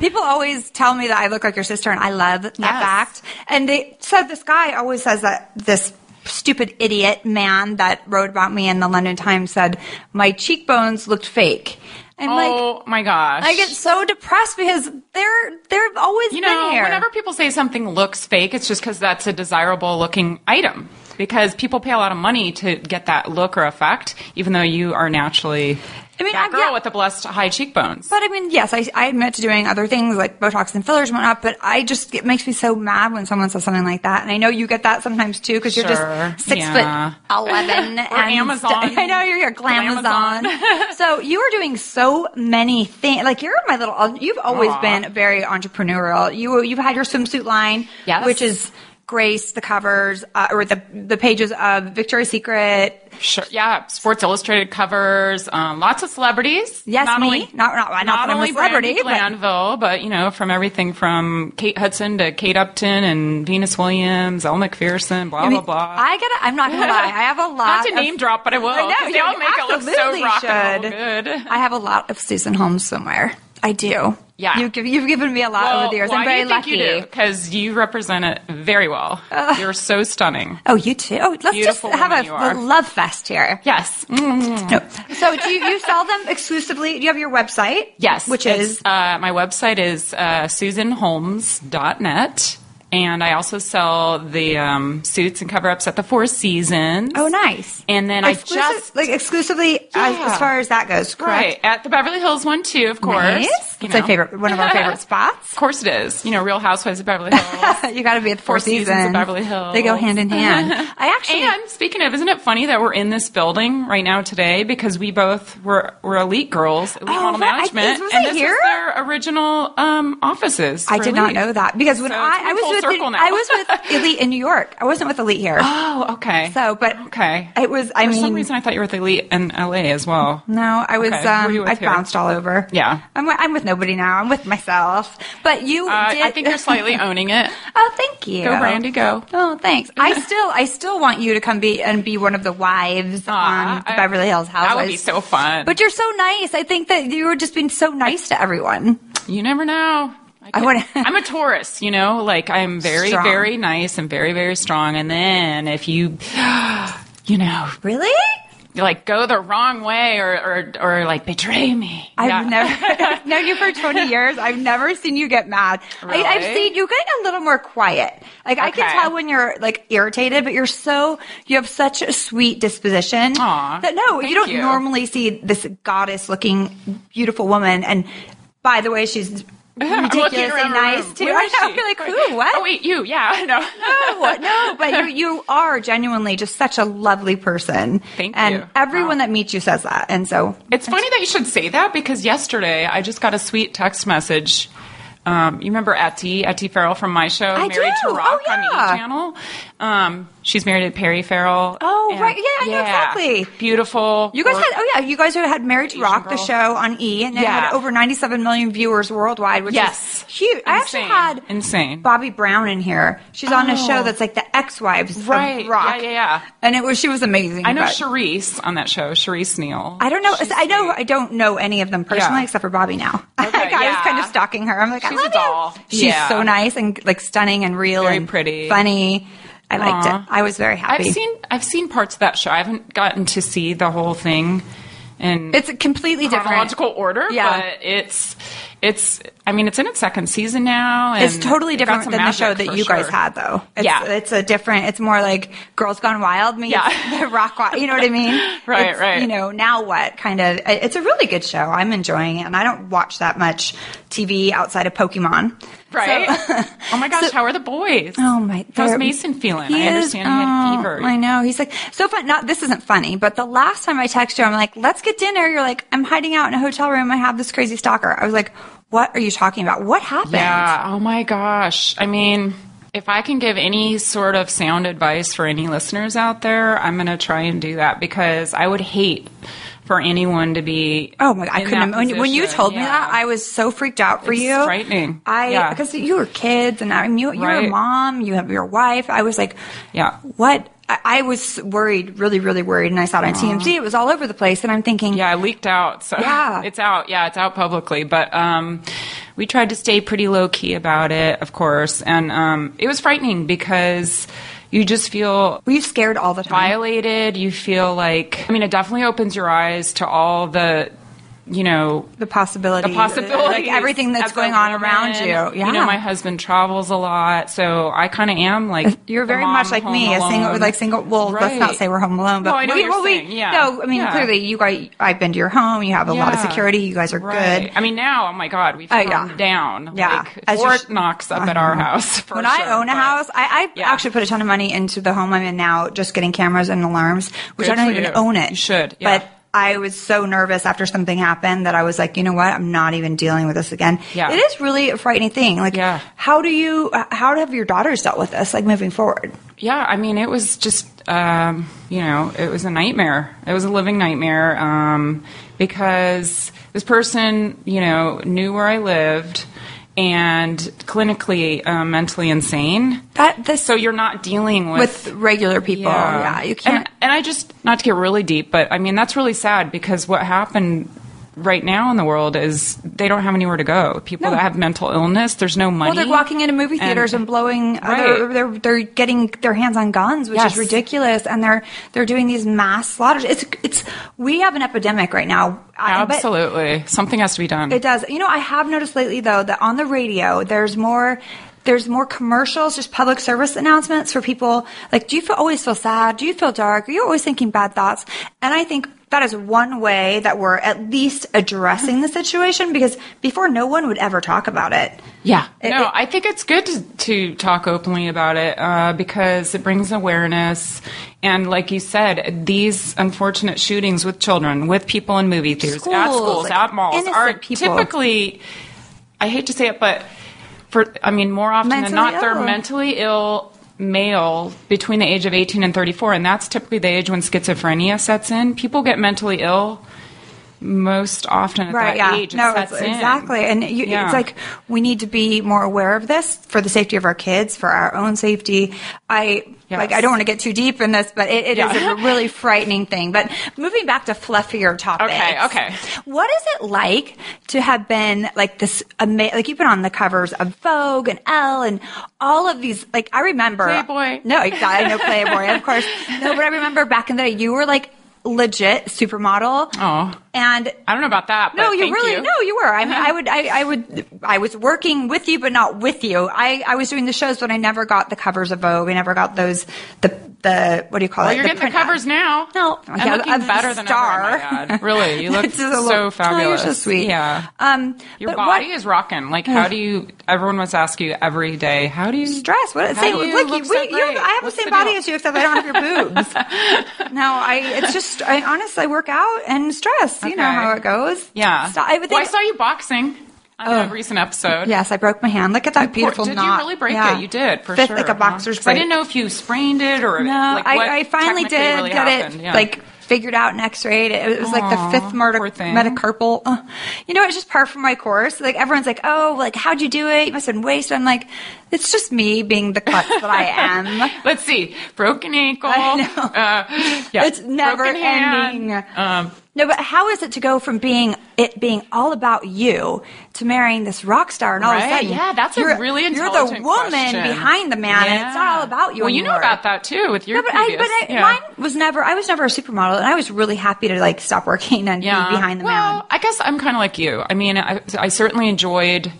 Speaker 2: People always tell me that I look like your sister, and I love that fact. And they said this guy always says that this stupid idiot man that wrote about me in the London Times said my cheekbones looked fake. I'm like,
Speaker 11: oh my gosh!
Speaker 2: I get so depressed because they're they've always
Speaker 11: you
Speaker 2: been
Speaker 11: know,
Speaker 2: here.
Speaker 11: whenever people say something looks fake, it's just because that's a desirable looking item. Because people pay a lot of money to get that look or effect, even though you are naturally
Speaker 2: I mean,
Speaker 11: that
Speaker 2: I'm-
Speaker 11: girl
Speaker 2: yeah.
Speaker 11: with the blessed high cheekbones.
Speaker 2: But I mean, yes, I, I admit to doing other things like Botox and fillers and whatnot, but I just, it makes me so mad when someone says something like that. And I know you get that sometimes too, because you're
Speaker 11: Sure.
Speaker 2: just six
Speaker 11: Yeah.
Speaker 2: foot 11. and
Speaker 11: Or Amazon.
Speaker 2: I know you're your glamazon. so you are doing so many things. Like you're my little, uh, you've always
Speaker 11: Aw.
Speaker 2: been very entrepreneurial. You, you've had your swimsuit line,
Speaker 11: Yes.
Speaker 2: which is Grace, the covers, uh, or the, the pages of Victoria's Secret,
Speaker 11: Sure. Yeah. Sports Illustrated covers, um, lots of celebrities.
Speaker 2: Yes, me. Not- not- not that I'm a
Speaker 11: only
Speaker 2: celebrity,
Speaker 11: Brandy
Speaker 2: but-
Speaker 11: Glanville, but, you know, from everything from Kate Hudson to Kate Upton and Venus Williams, Elle McPherson, blah,
Speaker 2: I mean,
Speaker 11: blah, blah.
Speaker 2: I gotta. I'm not gonna lie. I have a lot.
Speaker 11: Not to
Speaker 2: of-
Speaker 11: name drop, but I will,
Speaker 2: I
Speaker 11: 'cause
Speaker 2: know
Speaker 11: they all make it look so
Speaker 2: absolutely
Speaker 11: rock and roll
Speaker 2: should.
Speaker 11: good.
Speaker 2: I have a lot of Susan Holmes somewhere. I do.
Speaker 11: Yeah.
Speaker 2: You've, give, you've given me a lot
Speaker 11: Well,
Speaker 2: over the years.
Speaker 11: why
Speaker 2: I'm very
Speaker 11: do you think
Speaker 2: lucky.
Speaker 11: you do? Because you represent it very well. You're so stunning.
Speaker 2: Oh, you too. Oh, let's
Speaker 11: Beautiful
Speaker 2: just
Speaker 11: woman
Speaker 2: have
Speaker 11: you
Speaker 2: a-
Speaker 11: are.
Speaker 2: a, love fest here.
Speaker 11: Yes. Mm.
Speaker 2: So, do you, you sell them exclusively? Do you have your website?
Speaker 11: Yes.
Speaker 2: Which
Speaker 11: it's,
Speaker 2: is
Speaker 11: uh, my website is uh, susanholmes.net. And I also sell the um, suits and cover ups at the Four Seasons.
Speaker 2: oh, nice.
Speaker 11: And then
Speaker 2: Exclusive-
Speaker 11: I just.
Speaker 2: like exclusively as,
Speaker 11: Yeah.
Speaker 2: as far as that goes. Correct.
Speaker 11: Right at the Beverly Hills one too, of course.
Speaker 2: Nice.
Speaker 11: You
Speaker 2: It's my
Speaker 11: know.
Speaker 2: favorite. One of our favorite spots.
Speaker 11: Of course it is. You know, Real Housewives of Beverly Hills.
Speaker 2: you got to be at the Four,
Speaker 11: Four Seasons of Beverly Hills.
Speaker 2: They go hand in hand. I actually
Speaker 11: and speaking of, isn't it funny that we're in this building right now today because we both were were elite girls, elite
Speaker 2: Oh,
Speaker 11: model
Speaker 2: right. I-
Speaker 11: management,
Speaker 2: was
Speaker 11: and
Speaker 2: I
Speaker 11: this
Speaker 2: here?
Speaker 11: was their original um, offices.
Speaker 2: I
Speaker 11: for
Speaker 2: did not
Speaker 11: Elite.
Speaker 2: know that because when
Speaker 11: So it's
Speaker 2: I, I
Speaker 11: been full
Speaker 2: was with
Speaker 11: circle now.
Speaker 2: I was with Elite in New York. I wasn't with Elite here.
Speaker 11: Oh, okay.
Speaker 2: So, but
Speaker 11: okay,
Speaker 2: it was. I
Speaker 11: for
Speaker 2: mean,
Speaker 11: some reason I thought you were with elite in LA as well.
Speaker 2: no, I was.
Speaker 11: Okay. Who were
Speaker 2: Um,
Speaker 11: you with
Speaker 2: I
Speaker 11: here?
Speaker 2: bounced all over.
Speaker 11: Yeah.
Speaker 2: I'm. wi- I'm with nobody now. I'm with myself. But you
Speaker 11: Uh,
Speaker 2: did.
Speaker 11: I think you're slightly owning it.
Speaker 2: oh, thank you.
Speaker 11: Go, Brandy, go.
Speaker 2: Oh, thanks. I still, I still want you to come be and be one of the wives on
Speaker 11: Aw,
Speaker 2: the
Speaker 11: I-
Speaker 2: Beverly Hills Housewives.
Speaker 11: Ah, That would be so fun.
Speaker 2: But you're so nice. I think that you were just being so nice to everyone.
Speaker 11: You never know.
Speaker 2: I
Speaker 11: could-
Speaker 2: wanna-
Speaker 11: I'm a Taurus, you know, like I'm very,
Speaker 2: Strong.
Speaker 11: very nice and very, very strong. And then if you, you know,
Speaker 2: Really?
Speaker 11: like go the wrong way or, or, or like betray me.
Speaker 2: I've
Speaker 11: Yeah.
Speaker 2: never known you for 20 years. I've never seen you get mad. I, I've
Speaker 11: Really?
Speaker 2: seen you getting a little more quiet. Like I can
Speaker 11: Okay.
Speaker 2: tell when you're like irritated, but you're so you have such a sweet disposition
Speaker 11: Aw,
Speaker 2: that no, you
Speaker 11: thank
Speaker 2: don't
Speaker 11: you.
Speaker 2: normally see this goddess-looking beautiful woman. And by the way, she's
Speaker 11: I'm looking
Speaker 2: ridiculously
Speaker 11: around the
Speaker 2: nice
Speaker 11: room.
Speaker 2: too.
Speaker 11: Where
Speaker 2: I
Speaker 11: is
Speaker 2: know.
Speaker 11: she?
Speaker 2: You're like, who? What?
Speaker 11: Oh wait, you? Yeah, no.
Speaker 2: no, no, but you, you are genuinely just such a lovely person.
Speaker 11: Thank
Speaker 2: and
Speaker 11: you.
Speaker 2: everyone that meets you says that. And so
Speaker 11: It's funny that you should say that because yesterday I just got a sweet text message Um, you remember Etty, Etty Farrell from my show,
Speaker 2: I
Speaker 11: married
Speaker 2: do.
Speaker 11: to Rock
Speaker 2: Oh,
Speaker 11: on the
Speaker 2: yeah.
Speaker 11: E Channel. Um, she's married to Perry Farrell.
Speaker 2: Oh,
Speaker 11: And-
Speaker 2: right. Yeah, I know exactly.
Speaker 11: Beautiful.
Speaker 2: You guys
Speaker 11: work-
Speaker 2: had, oh yeah, you guys had Marriage Rock, the
Speaker 11: girl.
Speaker 2: show on E, and they
Speaker 11: Yeah.
Speaker 2: had over 97 million viewers worldwide, which
Speaker 11: Yes.
Speaker 2: is huge. I actually
Speaker 11: Insane.
Speaker 2: had
Speaker 11: insane.
Speaker 2: Bobby Brown in here. She's on a
Speaker 11: Oh.
Speaker 2: show that's like the ex-wives
Speaker 11: Right.
Speaker 2: of rock.
Speaker 11: Yeah, yeah, yeah.
Speaker 2: And it was she was amazing.
Speaker 11: I know
Speaker 2: but-
Speaker 11: Charisse on that show, Charisse Neal.
Speaker 2: I don't know. I know. I don't know any of them personally
Speaker 11: Yeah.
Speaker 2: except for Bobby now. Like, I was
Speaker 11: yeah.
Speaker 2: kind of stalking her. I'm like, I
Speaker 11: She's a
Speaker 2: love you.
Speaker 11: doll.
Speaker 2: She's
Speaker 11: Yeah.
Speaker 2: so nice and like stunning and real
Speaker 11: Very
Speaker 2: and
Speaker 11: pretty.
Speaker 2: funny. I liked
Speaker 11: Aw.
Speaker 2: it. I was very happy.
Speaker 11: I've seen I've seen parts of that show. I haven't gotten to see the whole thing in
Speaker 2: it's a completely different.
Speaker 11: chronological order,
Speaker 2: Yeah.
Speaker 11: but it's it's I mean it's in its second season now. And
Speaker 2: It's totally
Speaker 11: they've Um, got
Speaker 2: different
Speaker 11: some
Speaker 2: than the show
Speaker 11: magic
Speaker 2: that
Speaker 11: for
Speaker 2: you guys
Speaker 11: sure.
Speaker 2: had, though. It's,
Speaker 11: Yeah.
Speaker 2: it's a different. It's more like Girls Gone Wild meets
Speaker 11: Yeah.
Speaker 2: the rock. Wi- You know what I mean?
Speaker 11: Right,
Speaker 2: It's,
Speaker 11: right.
Speaker 2: You know, now what? Kind of. it- It's a really good show. I'm enjoying it, and I don't watch that much TV outside of Pokemon.
Speaker 11: Right. oh my gosh, how are the boys?
Speaker 2: Oh my!
Speaker 11: How's
Speaker 2: they're-
Speaker 11: Mason feeling?
Speaker 2: He
Speaker 11: I understand he had
Speaker 2: oh,
Speaker 11: a fever.
Speaker 2: I know. He's like so fun. Not this isn't funny, but the last time I texted you, I'm like, "Let's get dinner." You're like, "I'm hiding out in a hotel room. I have this crazy stalker." I was like, "What are you talking about? What happened?"
Speaker 11: Yeah. Oh my gosh. I mean, if I can give any sort of sound advice for any listeners out there, I'm going to try and do that because I would hate for anyone to be.
Speaker 2: Oh my! I
Speaker 11: in
Speaker 2: couldn't.
Speaker 11: that
Speaker 2: When, when you
Speaker 11: position.
Speaker 2: told me
Speaker 11: Yeah.
Speaker 2: that, I was so freaked out for
Speaker 11: It's
Speaker 2: you.
Speaker 11: frightening.
Speaker 2: I
Speaker 11: Yeah.
Speaker 2: because you were kids, and I mean, you, you're a
Speaker 11: Right.
Speaker 2: mom. You have your wife. I was like,
Speaker 11: Yeah.
Speaker 2: what? I, I was worried, really, really worried, and I saw it on TMZ. It was all over the place, and I'm thinking,
Speaker 11: Uh-huh. Yeah, I leaked out. So
Speaker 2: Yeah.
Speaker 11: it's out. Yeah, it's out publicly. But um, we tried to stay pretty low key about it, of course, and um, it was frightening because you just feel
Speaker 2: were you scared all the time?
Speaker 11: violated. You feel like I mean, it definitely opens your eyes to all the you know
Speaker 2: the possibility,
Speaker 11: the possibility,
Speaker 2: like everything that's going on around you. Yeah,
Speaker 11: You know, my husband travels a lot, so I kind of am like
Speaker 2: You're
Speaker 11: the
Speaker 2: very
Speaker 11: mom
Speaker 2: much like
Speaker 11: home
Speaker 2: me, a single,
Speaker 11: alone.
Speaker 2: like single. Well, let's not
Speaker 11: Right.
Speaker 2: say we're home alone, but
Speaker 11: No, I know
Speaker 2: we,
Speaker 11: what you're
Speaker 2: well, we-
Speaker 11: saying, yeah.
Speaker 2: no, I mean
Speaker 11: Yeah.
Speaker 2: clearly you guys. I've been to your home. You have a lot of
Speaker 11: Yeah.
Speaker 2: security. You guys are
Speaker 11: Right.
Speaker 2: good.
Speaker 11: I mean, now, oh my God, we've
Speaker 2: Oh,
Speaker 11: come
Speaker 2: yeah.
Speaker 11: down.
Speaker 2: Yeah.
Speaker 11: Like,
Speaker 2: As you
Speaker 11: Fort
Speaker 2: sh-
Speaker 11: Knox up at our house. For
Speaker 2: when
Speaker 11: sure,
Speaker 2: I own a
Speaker 11: but-
Speaker 2: house, I, I
Speaker 11: Yeah.
Speaker 2: actually put a ton of money into the home I'm in now, just getting cameras and alarms, which
Speaker 11: Good
Speaker 2: I don't
Speaker 11: for
Speaker 2: even
Speaker 11: you.
Speaker 2: own it.
Speaker 11: You should, yeah.
Speaker 2: But I was so nervous after something happened that I was like, you know what? I'm not even dealing with this again.
Speaker 11: Yeah.
Speaker 2: It is really a frightening thing. Like,
Speaker 11: Yeah.
Speaker 2: how do you, how have your daughters dealt with this, like moving forward?
Speaker 11: yeah, I mean, it was just, um, you know, it was a nightmare. It was a living nightmare um, because this person, you know, knew where I lived and clinically uh, mentally insane.
Speaker 2: That, this,
Speaker 11: So you're not dealing
Speaker 2: with regular people. Yeah. you can't.
Speaker 11: And, and I just, not to get really deep, but I mean, that's really sad because what happened right now in the world is they don't have anywhere to go. People
Speaker 2: No.
Speaker 11: that have mental illness, there's no money.
Speaker 2: well, they're walking into movie theaters and, blowing. They're,
Speaker 11: Right.
Speaker 2: they're they're getting their hands on guns, which
Speaker 11: Yes.
Speaker 2: is ridiculous, and they're they're doing these mass slaughters. It's it's we have an epidemic right now. I- but-
Speaker 11: Absolutely. Something has to be done.
Speaker 2: It does. You know, I have noticed lately though that on the radio there's more there's more commercials, just public service announcements for people. Like, do you feel, always feel sad? Do you feel dark? Are you always thinking bad thoughts? And I think that is one way that we're at least addressing the situation because before no one would ever talk about it.
Speaker 11: Yeah.
Speaker 2: It-
Speaker 11: no,
Speaker 2: it-
Speaker 11: I think it's good to, to talk openly about it uh, because it brings awareness. And like you said, these unfortunate shootings with children, with people in movie theaters, at
Speaker 2: Schools,
Speaker 11: schools,
Speaker 2: like
Speaker 11: at malls
Speaker 2: innocent
Speaker 11: are
Speaker 2: people.
Speaker 11: typically, I hate to say it, but for, I mean, more often than
Speaker 2: Mentally
Speaker 11: not, they're
Speaker 2: ill.
Speaker 11: mentally ill male between the age of 18 and 34. And that's typically the age when schizophrenia sets in. People get mentally ill. Most often at that age, it
Speaker 2: no,
Speaker 11: sets
Speaker 2: it's-
Speaker 11: in.
Speaker 2: exactly. And you,
Speaker 11: Yeah.
Speaker 2: it's like we need to be more aware of this for the safety of our kids, for our own safety. I
Speaker 11: Yes.
Speaker 2: like. I don't want to get too deep in this, but it, it is
Speaker 11: Yeah.
Speaker 2: a really frightening thing. But moving back to fluffier topics.
Speaker 11: Okay, okay.
Speaker 2: What is it like to have been like this? Ama- like you've been on the covers of Vogue and Elle and all of these. Like I remember
Speaker 11: Playboy.
Speaker 2: No, exactly. I know Playboy, of course. No, but I remember back in the day, you were like legit supermodel.
Speaker 11: Oh.
Speaker 2: and
Speaker 11: I don't know about that.
Speaker 2: no,
Speaker 11: but
Speaker 2: you
Speaker 11: thank
Speaker 2: really
Speaker 11: you. Uh-huh.
Speaker 2: no, you were. I mean, I would, I, I would, I was working with you, but not with you. I, I was doing the shows, but I never got the covers of Vogue. I never got those. The the what do you call
Speaker 11: Well,
Speaker 2: it?
Speaker 11: you're getting the
Speaker 2: print-
Speaker 11: covers now.
Speaker 2: No,
Speaker 11: I'm
Speaker 2: Yeah,
Speaker 11: looking
Speaker 2: I'm
Speaker 11: better
Speaker 2: a
Speaker 11: than
Speaker 2: star.
Speaker 11: ever. Oh my God. Really, you look
Speaker 2: It's just a
Speaker 11: so
Speaker 2: little- Oh, you're
Speaker 11: fabulous.
Speaker 2: so sweet.
Speaker 11: Yeah.
Speaker 2: Um,
Speaker 11: Your
Speaker 2: but
Speaker 11: body
Speaker 2: what-
Speaker 11: is rocking. Like, how do you? Everyone must ask you every day. How do you
Speaker 2: dress. What
Speaker 11: how
Speaker 2: say?
Speaker 11: do
Speaker 2: Look,
Speaker 11: you
Speaker 2: you,
Speaker 11: look so
Speaker 2: we- you have-
Speaker 11: great?
Speaker 2: I have
Speaker 11: What's
Speaker 2: the same
Speaker 11: the
Speaker 2: body
Speaker 11: deal?
Speaker 2: as you, except I don't have your boobs. no, I. It's just I honestly work out and stress. You know
Speaker 11: Okay.
Speaker 2: how it goes.
Speaker 11: Yeah.
Speaker 2: Stop- I would
Speaker 11: well, I
Speaker 2: think-
Speaker 11: saw you boxing. on a recent episode.
Speaker 2: Yes, I broke my hand. Look at that beautiful
Speaker 11: Did
Speaker 2: knot.
Speaker 11: you really break
Speaker 2: Yeah.
Speaker 11: it? You did for
Speaker 2: Fit
Speaker 11: sure.
Speaker 2: like a boxer's
Speaker 11: Huh? 'Cause I
Speaker 2: brace.
Speaker 11: didn't know if you sprained it or
Speaker 2: No,
Speaker 11: like, what
Speaker 2: I, I finally
Speaker 11: technically
Speaker 2: did
Speaker 11: really
Speaker 2: get
Speaker 11: happened.
Speaker 2: it.
Speaker 11: Yeah.
Speaker 2: Like figured out and x-rayed it. It was
Speaker 11: Aw,
Speaker 2: like the fifth
Speaker 11: poor
Speaker 2: meta-
Speaker 11: thing.
Speaker 2: metacarpal. Uh, you know, it's just part from my course. Like everyone's like, oh, like how'd you do it? You must have been wasted. I'm like, it's just me being the klutz that I am.
Speaker 11: Let's see, broken ankle. Uh, yeah.
Speaker 2: It's never
Speaker 11: Broken hand.
Speaker 2: ending.
Speaker 11: Um,
Speaker 2: No, but how is it to go from being it being all about you to marrying this rock star and all of
Speaker 11: Right.
Speaker 2: a sudden,
Speaker 11: Yeah, that's a
Speaker 2: you're,
Speaker 11: really
Speaker 2: you're
Speaker 11: intelligent
Speaker 2: the woman
Speaker 11: question.
Speaker 2: behind the man, and it's not all about you.
Speaker 11: Well, you know
Speaker 2: anymore.
Speaker 11: about that too with your
Speaker 2: No, but I,
Speaker 11: previous.
Speaker 2: but I,
Speaker 11: yeah.
Speaker 2: mine was never. I was never a supermodel, and I was really happy to like stop working and be behind the
Speaker 11: well,
Speaker 2: man.
Speaker 11: I guess I'm kind of like you. I mean, I, I certainly enjoyed,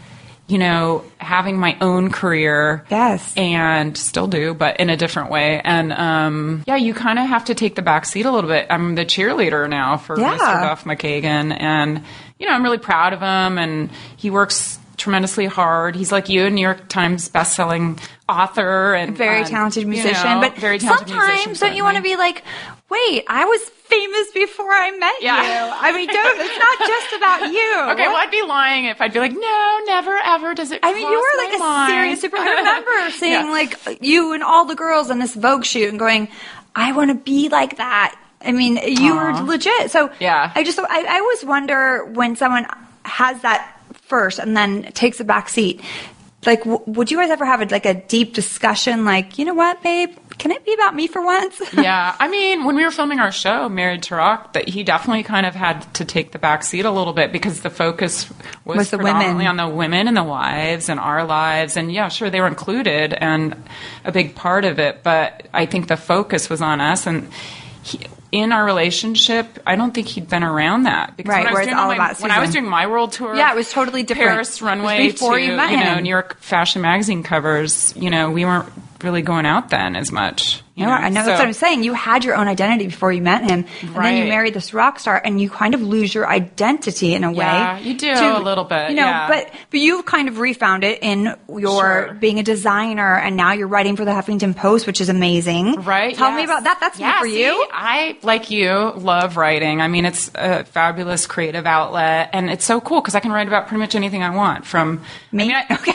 Speaker 11: you know, having my own career.
Speaker 2: Yes.
Speaker 11: And still do, but in a different way. And um, yeah, you kind of have to take the back seat a little bit. I'm the cheerleader now for
Speaker 2: Yeah.
Speaker 11: Mr. Duff McKagan. And, you know, I'm really proud of him. And he works tremendously hard. He's like you, a New York Times bestselling author and
Speaker 2: Very
Speaker 11: and,
Speaker 2: talented
Speaker 11: you
Speaker 2: musician,
Speaker 11: know,
Speaker 2: but
Speaker 11: very talented
Speaker 2: sometimes
Speaker 11: musician,
Speaker 2: don't you want to be like, wait, I was famous before I met
Speaker 11: Yeah.
Speaker 2: you. I mean, don't. It's not just about you.
Speaker 11: Okay, well, I'd be lying if I'd be like, no, never, ever does it.
Speaker 2: I mean, you
Speaker 11: cross
Speaker 2: were
Speaker 11: my
Speaker 2: like a
Speaker 11: mind."
Speaker 2: serious super. I remember seeing
Speaker 11: Yeah.
Speaker 2: like you and all the girls on this Vogue shoot and going, I want to be like that. I mean, you
Speaker 11: Aw.
Speaker 2: were legit. So
Speaker 11: Yeah.
Speaker 2: I just I, I always wonder when someone has that first and then takes a back seat. Like, w- would you guys ever have a, like a deep discussion? Like, you know what, babe? Can it be about me for once?
Speaker 11: yeah, I mean, when we were filming our show, Married to Rock, that he definitely kind of had to take the back seat a little bit because the focus was
Speaker 2: Was the women.
Speaker 11: predominantly on the women and the wives and our lives, and yeah, sure, they were included and a big part of it, but I think the focus was on us and. He, in our relationship, I don't think he'd been around that because
Speaker 2: Right,
Speaker 11: when, I
Speaker 2: where
Speaker 11: was
Speaker 2: it's
Speaker 11: doing
Speaker 2: all
Speaker 11: my,
Speaker 2: about
Speaker 11: when I was
Speaker 2: Susan.
Speaker 11: doing my world tour,
Speaker 2: Yeah, it was totally different.
Speaker 11: Paris
Speaker 2: It was
Speaker 11: runway
Speaker 2: before
Speaker 11: to,
Speaker 2: you met
Speaker 11: know
Speaker 2: him.
Speaker 11: New York fashion magazine covers. You know, we weren't really going out then as much. You
Speaker 2: No,
Speaker 11: know,
Speaker 2: I know that's
Speaker 11: so-
Speaker 2: what I'm saying. You had your own identity before you met him, and then you
Speaker 11: Right.
Speaker 2: married this rock star, and you kind of lose your identity in a
Speaker 11: Yeah,
Speaker 2: way.
Speaker 11: you do a little bit,
Speaker 2: you know.
Speaker 11: yeah.
Speaker 2: But but you've kind of refound it in your
Speaker 11: Sure.
Speaker 2: being a designer, and now you're writing for the Huffington Post, which is amazing.
Speaker 11: Right.
Speaker 2: Tell me
Speaker 11: yes.
Speaker 2: about that. That's me
Speaker 11: Yeah,
Speaker 2: for
Speaker 11: see,
Speaker 2: you.
Speaker 11: I, like you, love writing. I mean, it's a fabulous creative outlet, and it's so cool because I can write about pretty much anything I want from me. I mean, I, okay.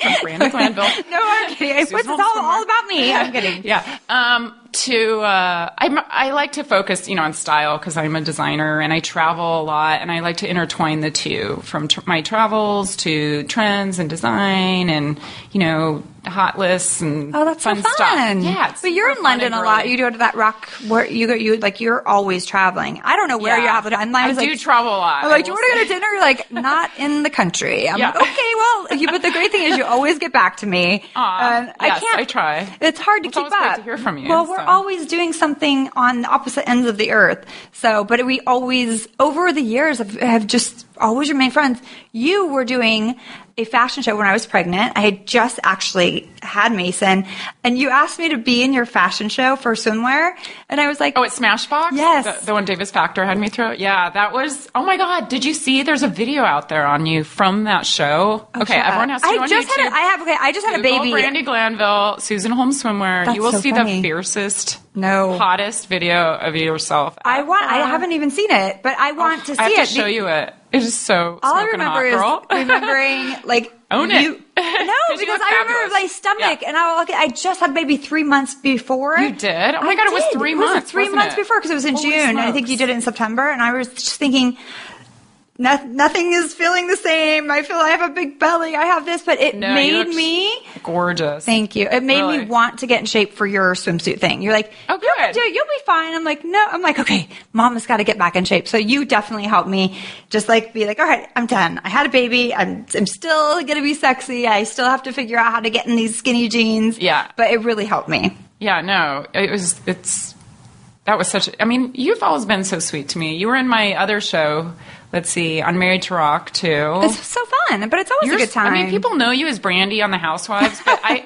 Speaker 11: Yeah, from Brandy Glanville.
Speaker 2: No, I'm kidding. It's all,
Speaker 11: Susan
Speaker 2: all about me. I'm kidding.
Speaker 11: yeah. Um, to uh, I'm, I like to focus, you know, on style because I'm a designer and I travel a lot, and I like to intertwine the two from tr- my travels to trends and design, and you know, hot lists and
Speaker 2: Oh, that's
Speaker 11: fun,
Speaker 2: so fun.
Speaker 11: stuff. Yeah, it's
Speaker 2: but you're
Speaker 11: super
Speaker 2: in
Speaker 11: fun
Speaker 2: London
Speaker 11: and
Speaker 2: a lot.
Speaker 11: brilliant.
Speaker 2: You go to that rock where you go. You like you're always traveling. I don't know where
Speaker 11: Yeah.
Speaker 2: you're at. I'm
Speaker 11: I
Speaker 2: like,
Speaker 11: do travel a lot,
Speaker 2: I'm
Speaker 11: I
Speaker 2: like, do you
Speaker 11: will
Speaker 2: want to go to
Speaker 11: say.
Speaker 2: dinner? You're like, not in the country. I'm
Speaker 11: Yeah.
Speaker 2: like, okay, well, you, but the great thing is you always get back to me.
Speaker 11: Aw,
Speaker 2: Um,
Speaker 11: yes, I try.
Speaker 2: It's hard to keep
Speaker 11: It's always great
Speaker 2: up.
Speaker 11: to hear from you,
Speaker 2: Well, we're
Speaker 11: so.
Speaker 2: always doing something on the opposite ends of the earth. So, but we always over the years have, have just always remained friends. You were doing. A fashion show when I was pregnant. I had just actually had Mason, and you asked me to be in your fashion show for swimwear, and I was like,
Speaker 11: Oh, it's Smashbox?
Speaker 2: Yes.
Speaker 11: The, the one Davis Factor had me throw? Yeah, that was. Oh my God, did you see? There's a video out there on you from that show. okay,
Speaker 2: shut
Speaker 11: everyone
Speaker 2: up.
Speaker 11: has to
Speaker 2: I
Speaker 11: go on
Speaker 2: just had a-
Speaker 11: YouTube.
Speaker 2: I have- okay, I just had a
Speaker 11: Google
Speaker 2: baby.
Speaker 11: Brandy Glanville, Susan Holmes Swimwear.
Speaker 2: That's
Speaker 11: you will
Speaker 2: so
Speaker 11: see
Speaker 2: funny.
Speaker 11: the fiercest,
Speaker 2: No.
Speaker 11: hottest video of yourself.
Speaker 2: I want. I haven't even seen it, but I want to see
Speaker 11: Oh, I have
Speaker 2: it.
Speaker 11: to show you it. It is so.
Speaker 2: All I
Speaker 11: smoking
Speaker 2: remember is
Speaker 11: hot, girl.
Speaker 2: remembering like
Speaker 11: Own it.
Speaker 2: you- No,
Speaker 11: 'Cause you
Speaker 2: because
Speaker 11: look
Speaker 2: I remember
Speaker 11: fabulous.
Speaker 2: my stomach,
Speaker 11: Yeah.
Speaker 2: and I was like, I just had baby three months before.
Speaker 11: You did? Oh my
Speaker 2: I
Speaker 11: God, it was
Speaker 2: did.
Speaker 11: three months,
Speaker 2: three
Speaker 11: wasn't
Speaker 2: months
Speaker 11: it?
Speaker 2: before because it was in
Speaker 11: Holy
Speaker 2: June. and I think
Speaker 11: smokes.
Speaker 2: you did it in September, and I was just thinking. "No- nothing is feeling the same. I feel I have a big belly. I have this, but it
Speaker 11: No, you
Speaker 2: made
Speaker 11: looked
Speaker 2: me.
Speaker 11: gorgeous.
Speaker 2: Thank you. It made me
Speaker 11: Really.
Speaker 2: want to get in shape for your swimsuit thing. You're like,
Speaker 11: Oh,
Speaker 2: you can
Speaker 11: good.
Speaker 2: do it. You'll be fine. I'm like, no. I'm like, okay, mom has got to get back in shape. So you definitely helped me just like be like, all right, I'm done. I had a baby. I'm, I'm still going to be sexy. I still have to figure out how to get in these skinny jeans.
Speaker 11: Yeah.
Speaker 2: But it really helped me.
Speaker 11: Yeah, no, it was. It's that was such. I mean, you've always been so sweet to me. You were in my other show. Let's see, on Married to Rock too.
Speaker 2: It's so fun, but it's always
Speaker 11: You're
Speaker 2: a good
Speaker 11: s- I
Speaker 2: time.
Speaker 11: mean, people know you as Brandy on The Housewives, but I.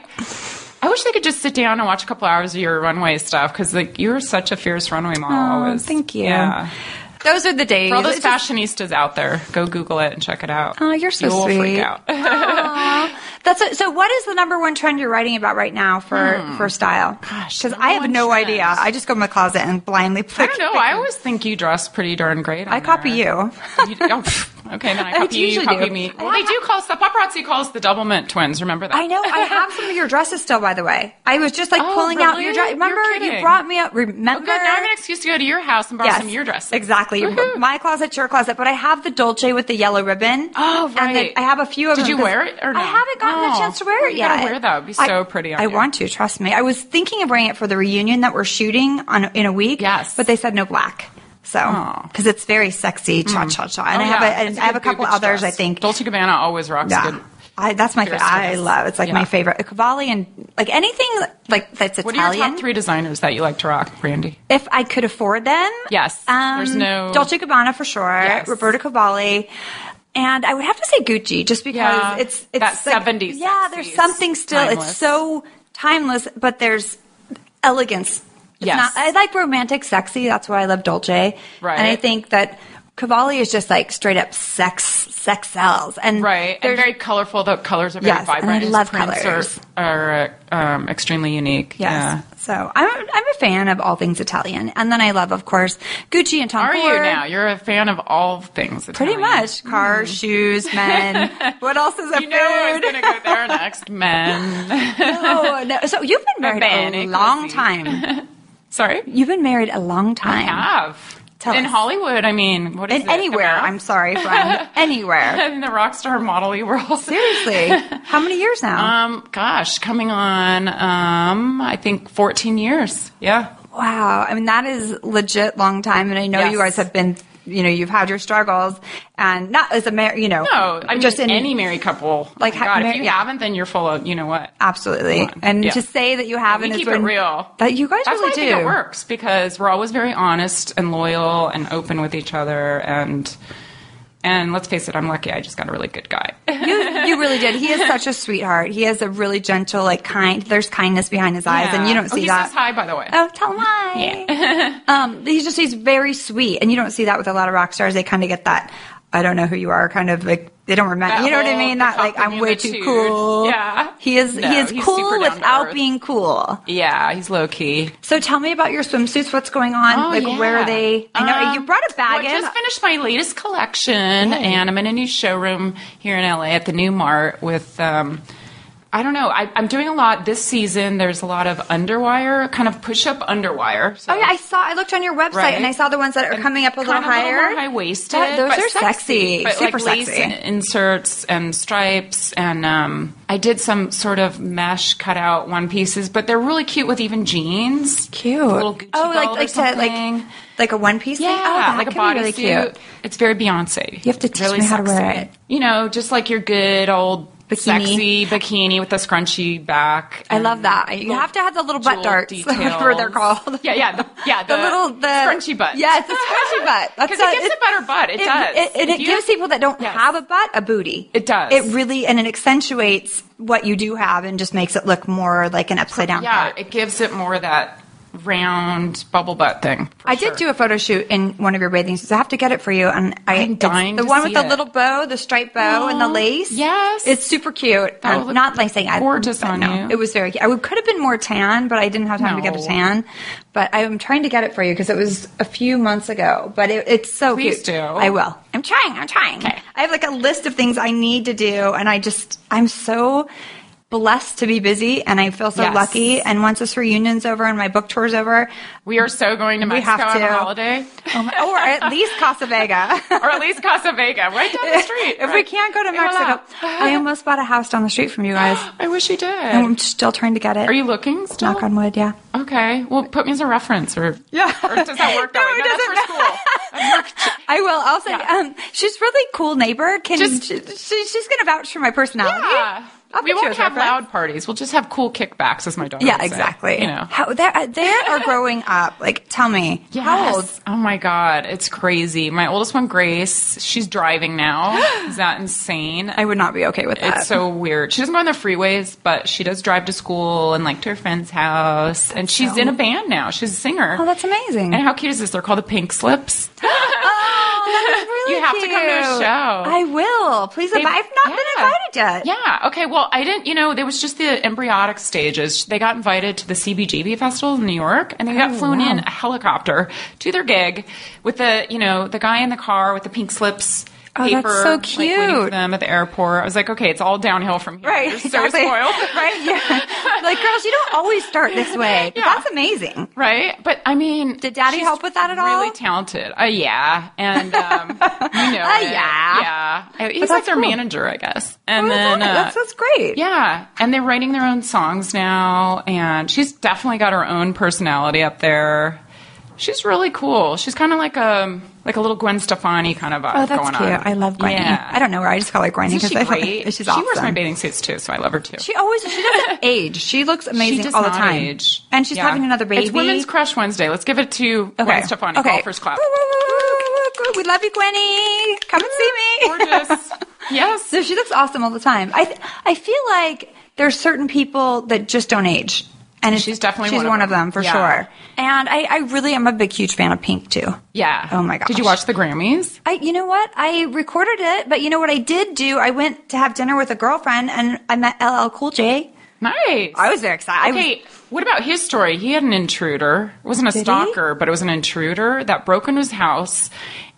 Speaker 11: I wish they could just sit down and watch a couple hours of your runway stuff because like you were such a fierce runway model.
Speaker 2: Oh,
Speaker 11: always.
Speaker 2: thank you.
Speaker 11: Yeah.
Speaker 2: Those are the days.
Speaker 11: For all those
Speaker 2: It's just-
Speaker 11: fashionistas out there, go Google it and check it out.
Speaker 2: Oh, you're so
Speaker 11: You'll
Speaker 2: sweet.
Speaker 11: freak out.
Speaker 2: Aw. That's a, so. What is the number one trend you're writing about right now for for style? Gosh, because I
Speaker 11: Hmm. number
Speaker 2: have
Speaker 11: one
Speaker 2: no
Speaker 11: trend.
Speaker 2: idea. I just go in my closet and blindly.
Speaker 11: I don't know. I always think you dress pretty darn great. on
Speaker 2: I copy
Speaker 11: there.
Speaker 2: you.
Speaker 11: You- oh, pff, Okay, then I
Speaker 2: I
Speaker 11: copy you,
Speaker 2: usually
Speaker 11: copy
Speaker 2: do.
Speaker 11: me.
Speaker 2: I
Speaker 11: Well, they do call the paparazzi calls the double mint twins. Remember that?
Speaker 2: I know. I have some of your dresses still, by the way. I was just like
Speaker 11: Oh,
Speaker 2: pulling out your
Speaker 11: really?
Speaker 2: dress.
Speaker 11: You're
Speaker 2: Remember, you
Speaker 11: kidding.
Speaker 2: brought me up. Remember?
Speaker 11: Oh, Good. Now I have an excuse to go to your house and borrow
Speaker 2: Yes.
Speaker 11: some of your dresses.
Speaker 2: Exactly. My closet, your closet. But I have the Dolce with the yellow ribbon. Oh, right. And then I have a few of
Speaker 11: Did
Speaker 2: them.
Speaker 11: you
Speaker 2: 'cause
Speaker 11: wear it or no?
Speaker 2: I haven't gotten
Speaker 11: Oh,
Speaker 2: a chance to wear
Speaker 11: well,
Speaker 2: it
Speaker 11: you
Speaker 2: yet.
Speaker 11: gotta wear that. It'd be so
Speaker 2: I-
Speaker 11: pretty on
Speaker 2: I
Speaker 11: you.
Speaker 2: want to, trust me. I was thinking of wearing it for the reunion that we're shooting on in a week. Yes. But they said no black. So, because it's very sexy, cha cha cha. And
Speaker 11: Oh,
Speaker 2: I have,
Speaker 11: yeah.
Speaker 2: a, and
Speaker 11: It's a
Speaker 2: I have a
Speaker 11: good
Speaker 2: couple
Speaker 11: boobage
Speaker 2: others, I
Speaker 11: dress.
Speaker 2: think.
Speaker 11: Dolce Gabbana always rocks
Speaker 2: Yeah.
Speaker 11: good.
Speaker 2: I, that's my favorite.
Speaker 11: Fierce
Speaker 2: I
Speaker 11: dress.
Speaker 2: love. It's like
Speaker 11: Yeah.
Speaker 2: my favorite. Cavalli and like anything like that's
Speaker 11: What are
Speaker 2: Italian.
Speaker 11: your top three designers that you like to rock, Brandy?
Speaker 2: If I could afford them,
Speaker 11: Yes.
Speaker 2: um,
Speaker 11: There's no-
Speaker 2: Dolce Gabbana for sure. Roberta Cavalli. And I would have to say Gucci just because
Speaker 11: Yeah.
Speaker 2: it's it's
Speaker 11: That
Speaker 2: like-
Speaker 11: 70s
Speaker 2: Yeah, there's something still.
Speaker 11: Timeless.
Speaker 2: It's so timeless, but there's elegance. It's
Speaker 11: Yes.
Speaker 2: not- I like romantic, sexy. That's why I love Dolce.
Speaker 11: Right.
Speaker 2: And I think that Cavalli is just like straight up sex, sex sells, and
Speaker 11: Right, and
Speaker 2: there's-
Speaker 11: very colorful. The colors are very
Speaker 2: Yes, and I
Speaker 11: vibrant. His
Speaker 2: love
Speaker 11: prints
Speaker 2: colors.
Speaker 11: Are, are um, extremely unique.
Speaker 2: Yes.
Speaker 11: Yeah.
Speaker 2: So I'm I'm a fan of all things Italian, and then I love, of course, Gucci and Tom
Speaker 11: Are you
Speaker 2: Ford.
Speaker 11: now? You're a fan of all things.
Speaker 2: Pretty much cars, shoes, men. what else is a
Speaker 11: You know I was
Speaker 2: food?
Speaker 11: gonna go there next. Men.
Speaker 2: no, no. So you've been married
Speaker 11: man,
Speaker 2: a
Speaker 11: it
Speaker 2: long time.
Speaker 11: Sorry,
Speaker 2: you've been married a long time.
Speaker 11: have.
Speaker 2: Tell
Speaker 11: in
Speaker 2: us.
Speaker 11: Hollywood, I mean, what is
Speaker 2: In
Speaker 11: it?
Speaker 2: anywhere,
Speaker 11: Come out?
Speaker 2: I'm sorry, friend. Anywhere.
Speaker 11: in the rock star modeling world.
Speaker 2: Seriously, how many years now?
Speaker 11: Um, gosh, coming on, um, I think 14 years. Yeah.
Speaker 2: Wow. I mean, that is legit long time, and I know you
Speaker 11: Yes.
Speaker 2: guys have been. You know, you've had your struggles, and not as a mar- you know,
Speaker 11: No, I mean,
Speaker 2: just in
Speaker 11: any married couple.
Speaker 2: Like,
Speaker 11: Like,
Speaker 2: ha-
Speaker 11: God,
Speaker 2: mar-
Speaker 11: if you
Speaker 2: yeah.
Speaker 11: haven't, then you're full of, you know what?
Speaker 2: Absolutely. And
Speaker 11: Yeah.
Speaker 2: to say that you haven't
Speaker 11: We
Speaker 2: is
Speaker 11: keep
Speaker 2: when-
Speaker 11: it real.
Speaker 2: That you guys
Speaker 11: That's
Speaker 2: really
Speaker 11: why I
Speaker 2: do.
Speaker 11: think it works because we're always very honest and loyal and open with each other and. And let's face it, I'm lucky. I just got a really good guy.
Speaker 2: You, you really did. He is such a sweetheart. He is a really gentle, like kind. There's kindness behind his eyes, and you
Speaker 11: Yeah.
Speaker 2: don't
Speaker 11: oh,
Speaker 2: see
Speaker 11: he
Speaker 2: that.
Speaker 11: says hi, by the way.
Speaker 2: Oh, tell him hi. um, he's just he's very sweet, and you don't see that with a lot of rock stars. They kind of get that. I don't know who you are. Kind of like they don't remember.
Speaker 11: That
Speaker 2: you know what I
Speaker 11: whole
Speaker 2: mean? Not like I'm way too
Speaker 11: cocky
Speaker 2: cool.
Speaker 11: attitude. Yeah.
Speaker 2: He is.
Speaker 11: No,
Speaker 2: he is
Speaker 11: he's
Speaker 2: cool
Speaker 11: super down to
Speaker 2: without
Speaker 11: earth.
Speaker 2: being cool.
Speaker 11: Yeah, he's low key.
Speaker 2: So tell me about your swimsuits. What's going on?
Speaker 11: Oh,
Speaker 2: like where
Speaker 11: yeah.
Speaker 2: are they? I know
Speaker 11: Um,
Speaker 2: you brought a bag
Speaker 11: well, I
Speaker 2: in.
Speaker 11: just finished my latest collection, and I'm in a new showroom here in LA at the New Mart with. Um, I don't know. I, I'm doing a lot this season. There's a lot of underwire, kind of push-up underwire. So
Speaker 2: Oh yeah, I saw. I looked on your website
Speaker 11: Right.
Speaker 2: and I saw the ones that are coming up a little
Speaker 11: kind of
Speaker 2: higher.
Speaker 11: high waisted.
Speaker 2: That- those are sexy,
Speaker 11: but
Speaker 2: super
Speaker 11: like lace
Speaker 2: sexy.
Speaker 11: in- inserts and stripes, and um, I did some sort of mesh cutout one pieces, but they're really cute with even jeans.
Speaker 2: Cute.
Speaker 11: Little Gucci
Speaker 2: oh, like
Speaker 11: belt or
Speaker 2: like to, like
Speaker 11: something.
Speaker 2: like a one piece. thing? oh,
Speaker 11: Yeah,
Speaker 2: that
Speaker 11: like a
Speaker 2: could be
Speaker 11: bodysuit.
Speaker 2: really cute.
Speaker 11: It's very Beyonce.
Speaker 2: You have to teach me how to wear it.
Speaker 11: You know, just like your good old
Speaker 2: Bikini.
Speaker 11: sexy bikini with the scrunchy back.
Speaker 2: I love
Speaker 11: and
Speaker 2: that. You
Speaker 11: little
Speaker 2: have to have the little butt
Speaker 11: jewel
Speaker 2: darts, whatever they're
Speaker 11: details.
Speaker 2: called.
Speaker 11: Yeah, yeah, the, yeah.
Speaker 2: The,
Speaker 11: The,
Speaker 2: little the
Speaker 11: scrunchy butt.
Speaker 2: Yeah, it's a scrunchy butt. That's
Speaker 11: because it gives a better butt. It, does.
Speaker 2: It, and
Speaker 11: If
Speaker 2: it
Speaker 11: you-
Speaker 2: gives people that don't
Speaker 11: Yes.
Speaker 2: have a butt a booty.
Speaker 11: It does.
Speaker 2: It really and it accentuates what you do have and just makes it look more like an upside down.
Speaker 11: Yeah,
Speaker 2: heart.
Speaker 11: it gives it more of that round bubble butt thing. for
Speaker 2: I
Speaker 11: sure.
Speaker 2: did do a photo shoot in one of your bathing suits. I have to get it for you. And I,
Speaker 11: I'm
Speaker 2: it's
Speaker 11: dying
Speaker 2: the
Speaker 11: to
Speaker 2: one
Speaker 11: see
Speaker 2: with the
Speaker 11: it.
Speaker 2: little bow, the striped bow, and the
Speaker 11: Aw,
Speaker 2: lace.
Speaker 11: yes.
Speaker 2: it's super cute.
Speaker 11: That would
Speaker 2: Um,
Speaker 11: look
Speaker 2: not like saying I
Speaker 11: gorgeous
Speaker 2: but
Speaker 11: on
Speaker 2: no,
Speaker 11: you.
Speaker 2: It was very. cute. I would, could have been more tan, but I didn't have time to get a
Speaker 11: No.
Speaker 2: tan. But I am trying to get it for you because it was a few months ago. But it, it's so
Speaker 11: Please
Speaker 2: cute.
Speaker 11: do.
Speaker 2: I will. I'm trying. I'm trying. I have like a list of things I need to do, and I just I'm so. Blessed to be busy, and I feel so
Speaker 11: Yes.
Speaker 2: lucky. And once this reunion's over and my book tour's over,
Speaker 11: We are so going to
Speaker 2: We
Speaker 11: Mexico
Speaker 2: have
Speaker 11: on
Speaker 2: to.
Speaker 11: a holiday,
Speaker 2: Oh my- or at least Casa Vega.
Speaker 11: or at least Casa Vega, right down the street.
Speaker 2: if we
Speaker 11: right?
Speaker 2: can't go to
Speaker 11: Hey, voila.
Speaker 2: Mexico, I almost bought a house down the street from you guys.
Speaker 11: I wish you did.
Speaker 2: And I'm still trying to get it.
Speaker 11: Are you looking still?
Speaker 2: Knock on wood, yeah.
Speaker 11: Okay. Well, put me as a reference, or
Speaker 2: Yeah.
Speaker 11: or does that work that
Speaker 2: No, it
Speaker 11: way? No, that's
Speaker 2: doesn't.
Speaker 11: for school. That's for-
Speaker 2: I will. Also,
Speaker 11: Yeah.
Speaker 2: um, she's really cool neighbor. Can
Speaker 11: Just-
Speaker 2: she, she- she's going to vouch for my personality.
Speaker 11: Yeah.
Speaker 2: I'll
Speaker 11: we
Speaker 2: put you
Speaker 11: won't
Speaker 2: as
Speaker 11: have
Speaker 2: reference.
Speaker 11: loud parties. We'll just have cool kickbacks, as my daughter.
Speaker 2: Yeah,
Speaker 11: would say.
Speaker 2: exactly.
Speaker 11: You know.
Speaker 2: how they uh, they are growing up. Like, tell me how old?
Speaker 11: Yes. Oh my God, it's crazy. My oldest one, Grace, she's driving now. Is that insane?
Speaker 2: I would not be okay with that.
Speaker 11: It's so weird. She doesn't go on the freeways, but she does drive to school and like to her friend's house. and she's
Speaker 2: so-
Speaker 11: in a band now. She's a singer.
Speaker 2: Oh, that's amazing.
Speaker 11: And how cute is this? They're called the Pink Slips.
Speaker 2: Oh, that is really
Speaker 11: You have to come to a
Speaker 2: cute.
Speaker 11: show.
Speaker 2: I will. Please,
Speaker 11: They've-
Speaker 2: I've not been
Speaker 11: yeah.
Speaker 2: invited yet.
Speaker 11: Yeah. Okay. Well, I didn't. You know, there was just the embryonic stages. They got invited to the CBGB festival in New York, and they
Speaker 2: Oh,
Speaker 11: got flown in a helicopter to their gig with the you know the guy in the car with the pink slips.
Speaker 2: Oh, that's
Speaker 11: paper
Speaker 2: so
Speaker 11: like, waiting for
Speaker 2: cute.
Speaker 11: them at the airport. I was like, okay, it's all downhill from here.
Speaker 2: Right,
Speaker 11: You're so
Speaker 2: exactly.
Speaker 11: spoiled.
Speaker 2: right, yeah. Like, girls, you don't always start this way. But That's amazing.
Speaker 11: Right, but I mean,
Speaker 2: did Daddy help with that at all?
Speaker 11: Really talented. Uh, yeah, and um, you know,
Speaker 2: Uh,
Speaker 11: it.
Speaker 2: yeah.
Speaker 11: yeah. I- He's
Speaker 2: that's
Speaker 11: like their
Speaker 2: cool.
Speaker 11: manager, I guess. And
Speaker 2: Oh,
Speaker 11: then
Speaker 2: that's
Speaker 11: uh,
Speaker 2: all right. That's- that's great.
Speaker 11: Yeah, and they're writing their own songs now, and she's definitely got her own personality up there. She's really cool. She's kind of like a like a little Gwen Stefani kind of vibe
Speaker 2: Oh, that's
Speaker 11: going
Speaker 2: cute.
Speaker 11: on.
Speaker 2: I love Gwenny.
Speaker 11: Yeah.
Speaker 2: I don't know where I just call her Gwenny
Speaker 11: Isn't
Speaker 2: because
Speaker 11: she
Speaker 2: I
Speaker 11: great?
Speaker 2: She's
Speaker 11: she
Speaker 2: awesome.
Speaker 11: wears my bathing suits too, so I love her too.
Speaker 2: She always she doesn't age. She looks amazing
Speaker 11: does
Speaker 2: all the
Speaker 11: not
Speaker 2: time.
Speaker 11: age.
Speaker 2: And she's
Speaker 11: Yeah.
Speaker 2: having another baby.
Speaker 11: It's Women's Crush Wednesday. Let's give it to
Speaker 2: Okay.
Speaker 11: Gwen Stefani.
Speaker 2: Okay.
Speaker 11: Okay. Golfers clap.
Speaker 2: We love you, Gwenny. Come and see me.
Speaker 11: Gorgeous. yes.
Speaker 2: So she looks awesome all the time. I th- I feel like there's certain people that just don't age. And it's- she's
Speaker 11: definitely
Speaker 2: she's
Speaker 11: one of
Speaker 2: one of
Speaker 11: them.
Speaker 2: them, for
Speaker 11: Yeah.
Speaker 2: sure. And I, I really am a big huge fan of Pink too.
Speaker 11: Yeah.
Speaker 2: Oh my gosh.
Speaker 11: Did you watch the Grammys?
Speaker 2: I, you know what? I recorded it, but you know what I did do? I went to have dinner with a girlfriend, and I met LL Cool J.
Speaker 11: Nice.
Speaker 2: I was very excited. I was-
Speaker 11: Okay. what about his story? He had an intruder. It wasn't a
Speaker 2: Did he?
Speaker 11: stalker, but it was an intruder that broke into his house.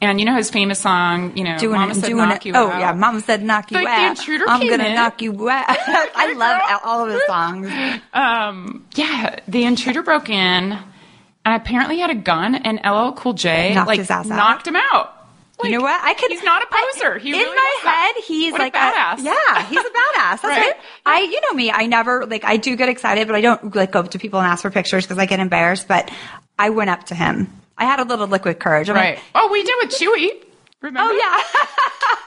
Speaker 11: And you know his famous song, you know,
Speaker 2: doing
Speaker 11: Uh, Mama
Speaker 2: it,
Speaker 11: said
Speaker 2: doing
Speaker 11: knock
Speaker 2: it.
Speaker 11: you
Speaker 2: oh
Speaker 11: out.
Speaker 2: yeah, Mama said knock you
Speaker 11: Like, the
Speaker 2: out.
Speaker 11: intruder
Speaker 2: I'm
Speaker 11: came
Speaker 2: gonna
Speaker 11: in.
Speaker 2: knock you out. I love all- all of his songs.
Speaker 11: Um, yeah, the intruder broke in and apparently had a gun and LL Cool J
Speaker 2: Knocked
Speaker 11: like
Speaker 2: his ass out.
Speaker 11: knocked him out.
Speaker 2: you know what? I could.
Speaker 11: He's not a poser. he
Speaker 2: in
Speaker 11: really
Speaker 2: my
Speaker 11: is not.
Speaker 2: head, he's
Speaker 11: What a
Speaker 2: like
Speaker 11: badass.
Speaker 2: yeah, he's a badass. That's
Speaker 11: Right?
Speaker 2: right. I, you know me. I never like. I do get excited, but I don't like go up to people and ask for pictures because I get embarrassed. But I went up to him. I had a little liquid courage. I'm
Speaker 11: Right.
Speaker 2: Like,
Speaker 11: Oh, we did with Chewy. Remember?
Speaker 2: Oh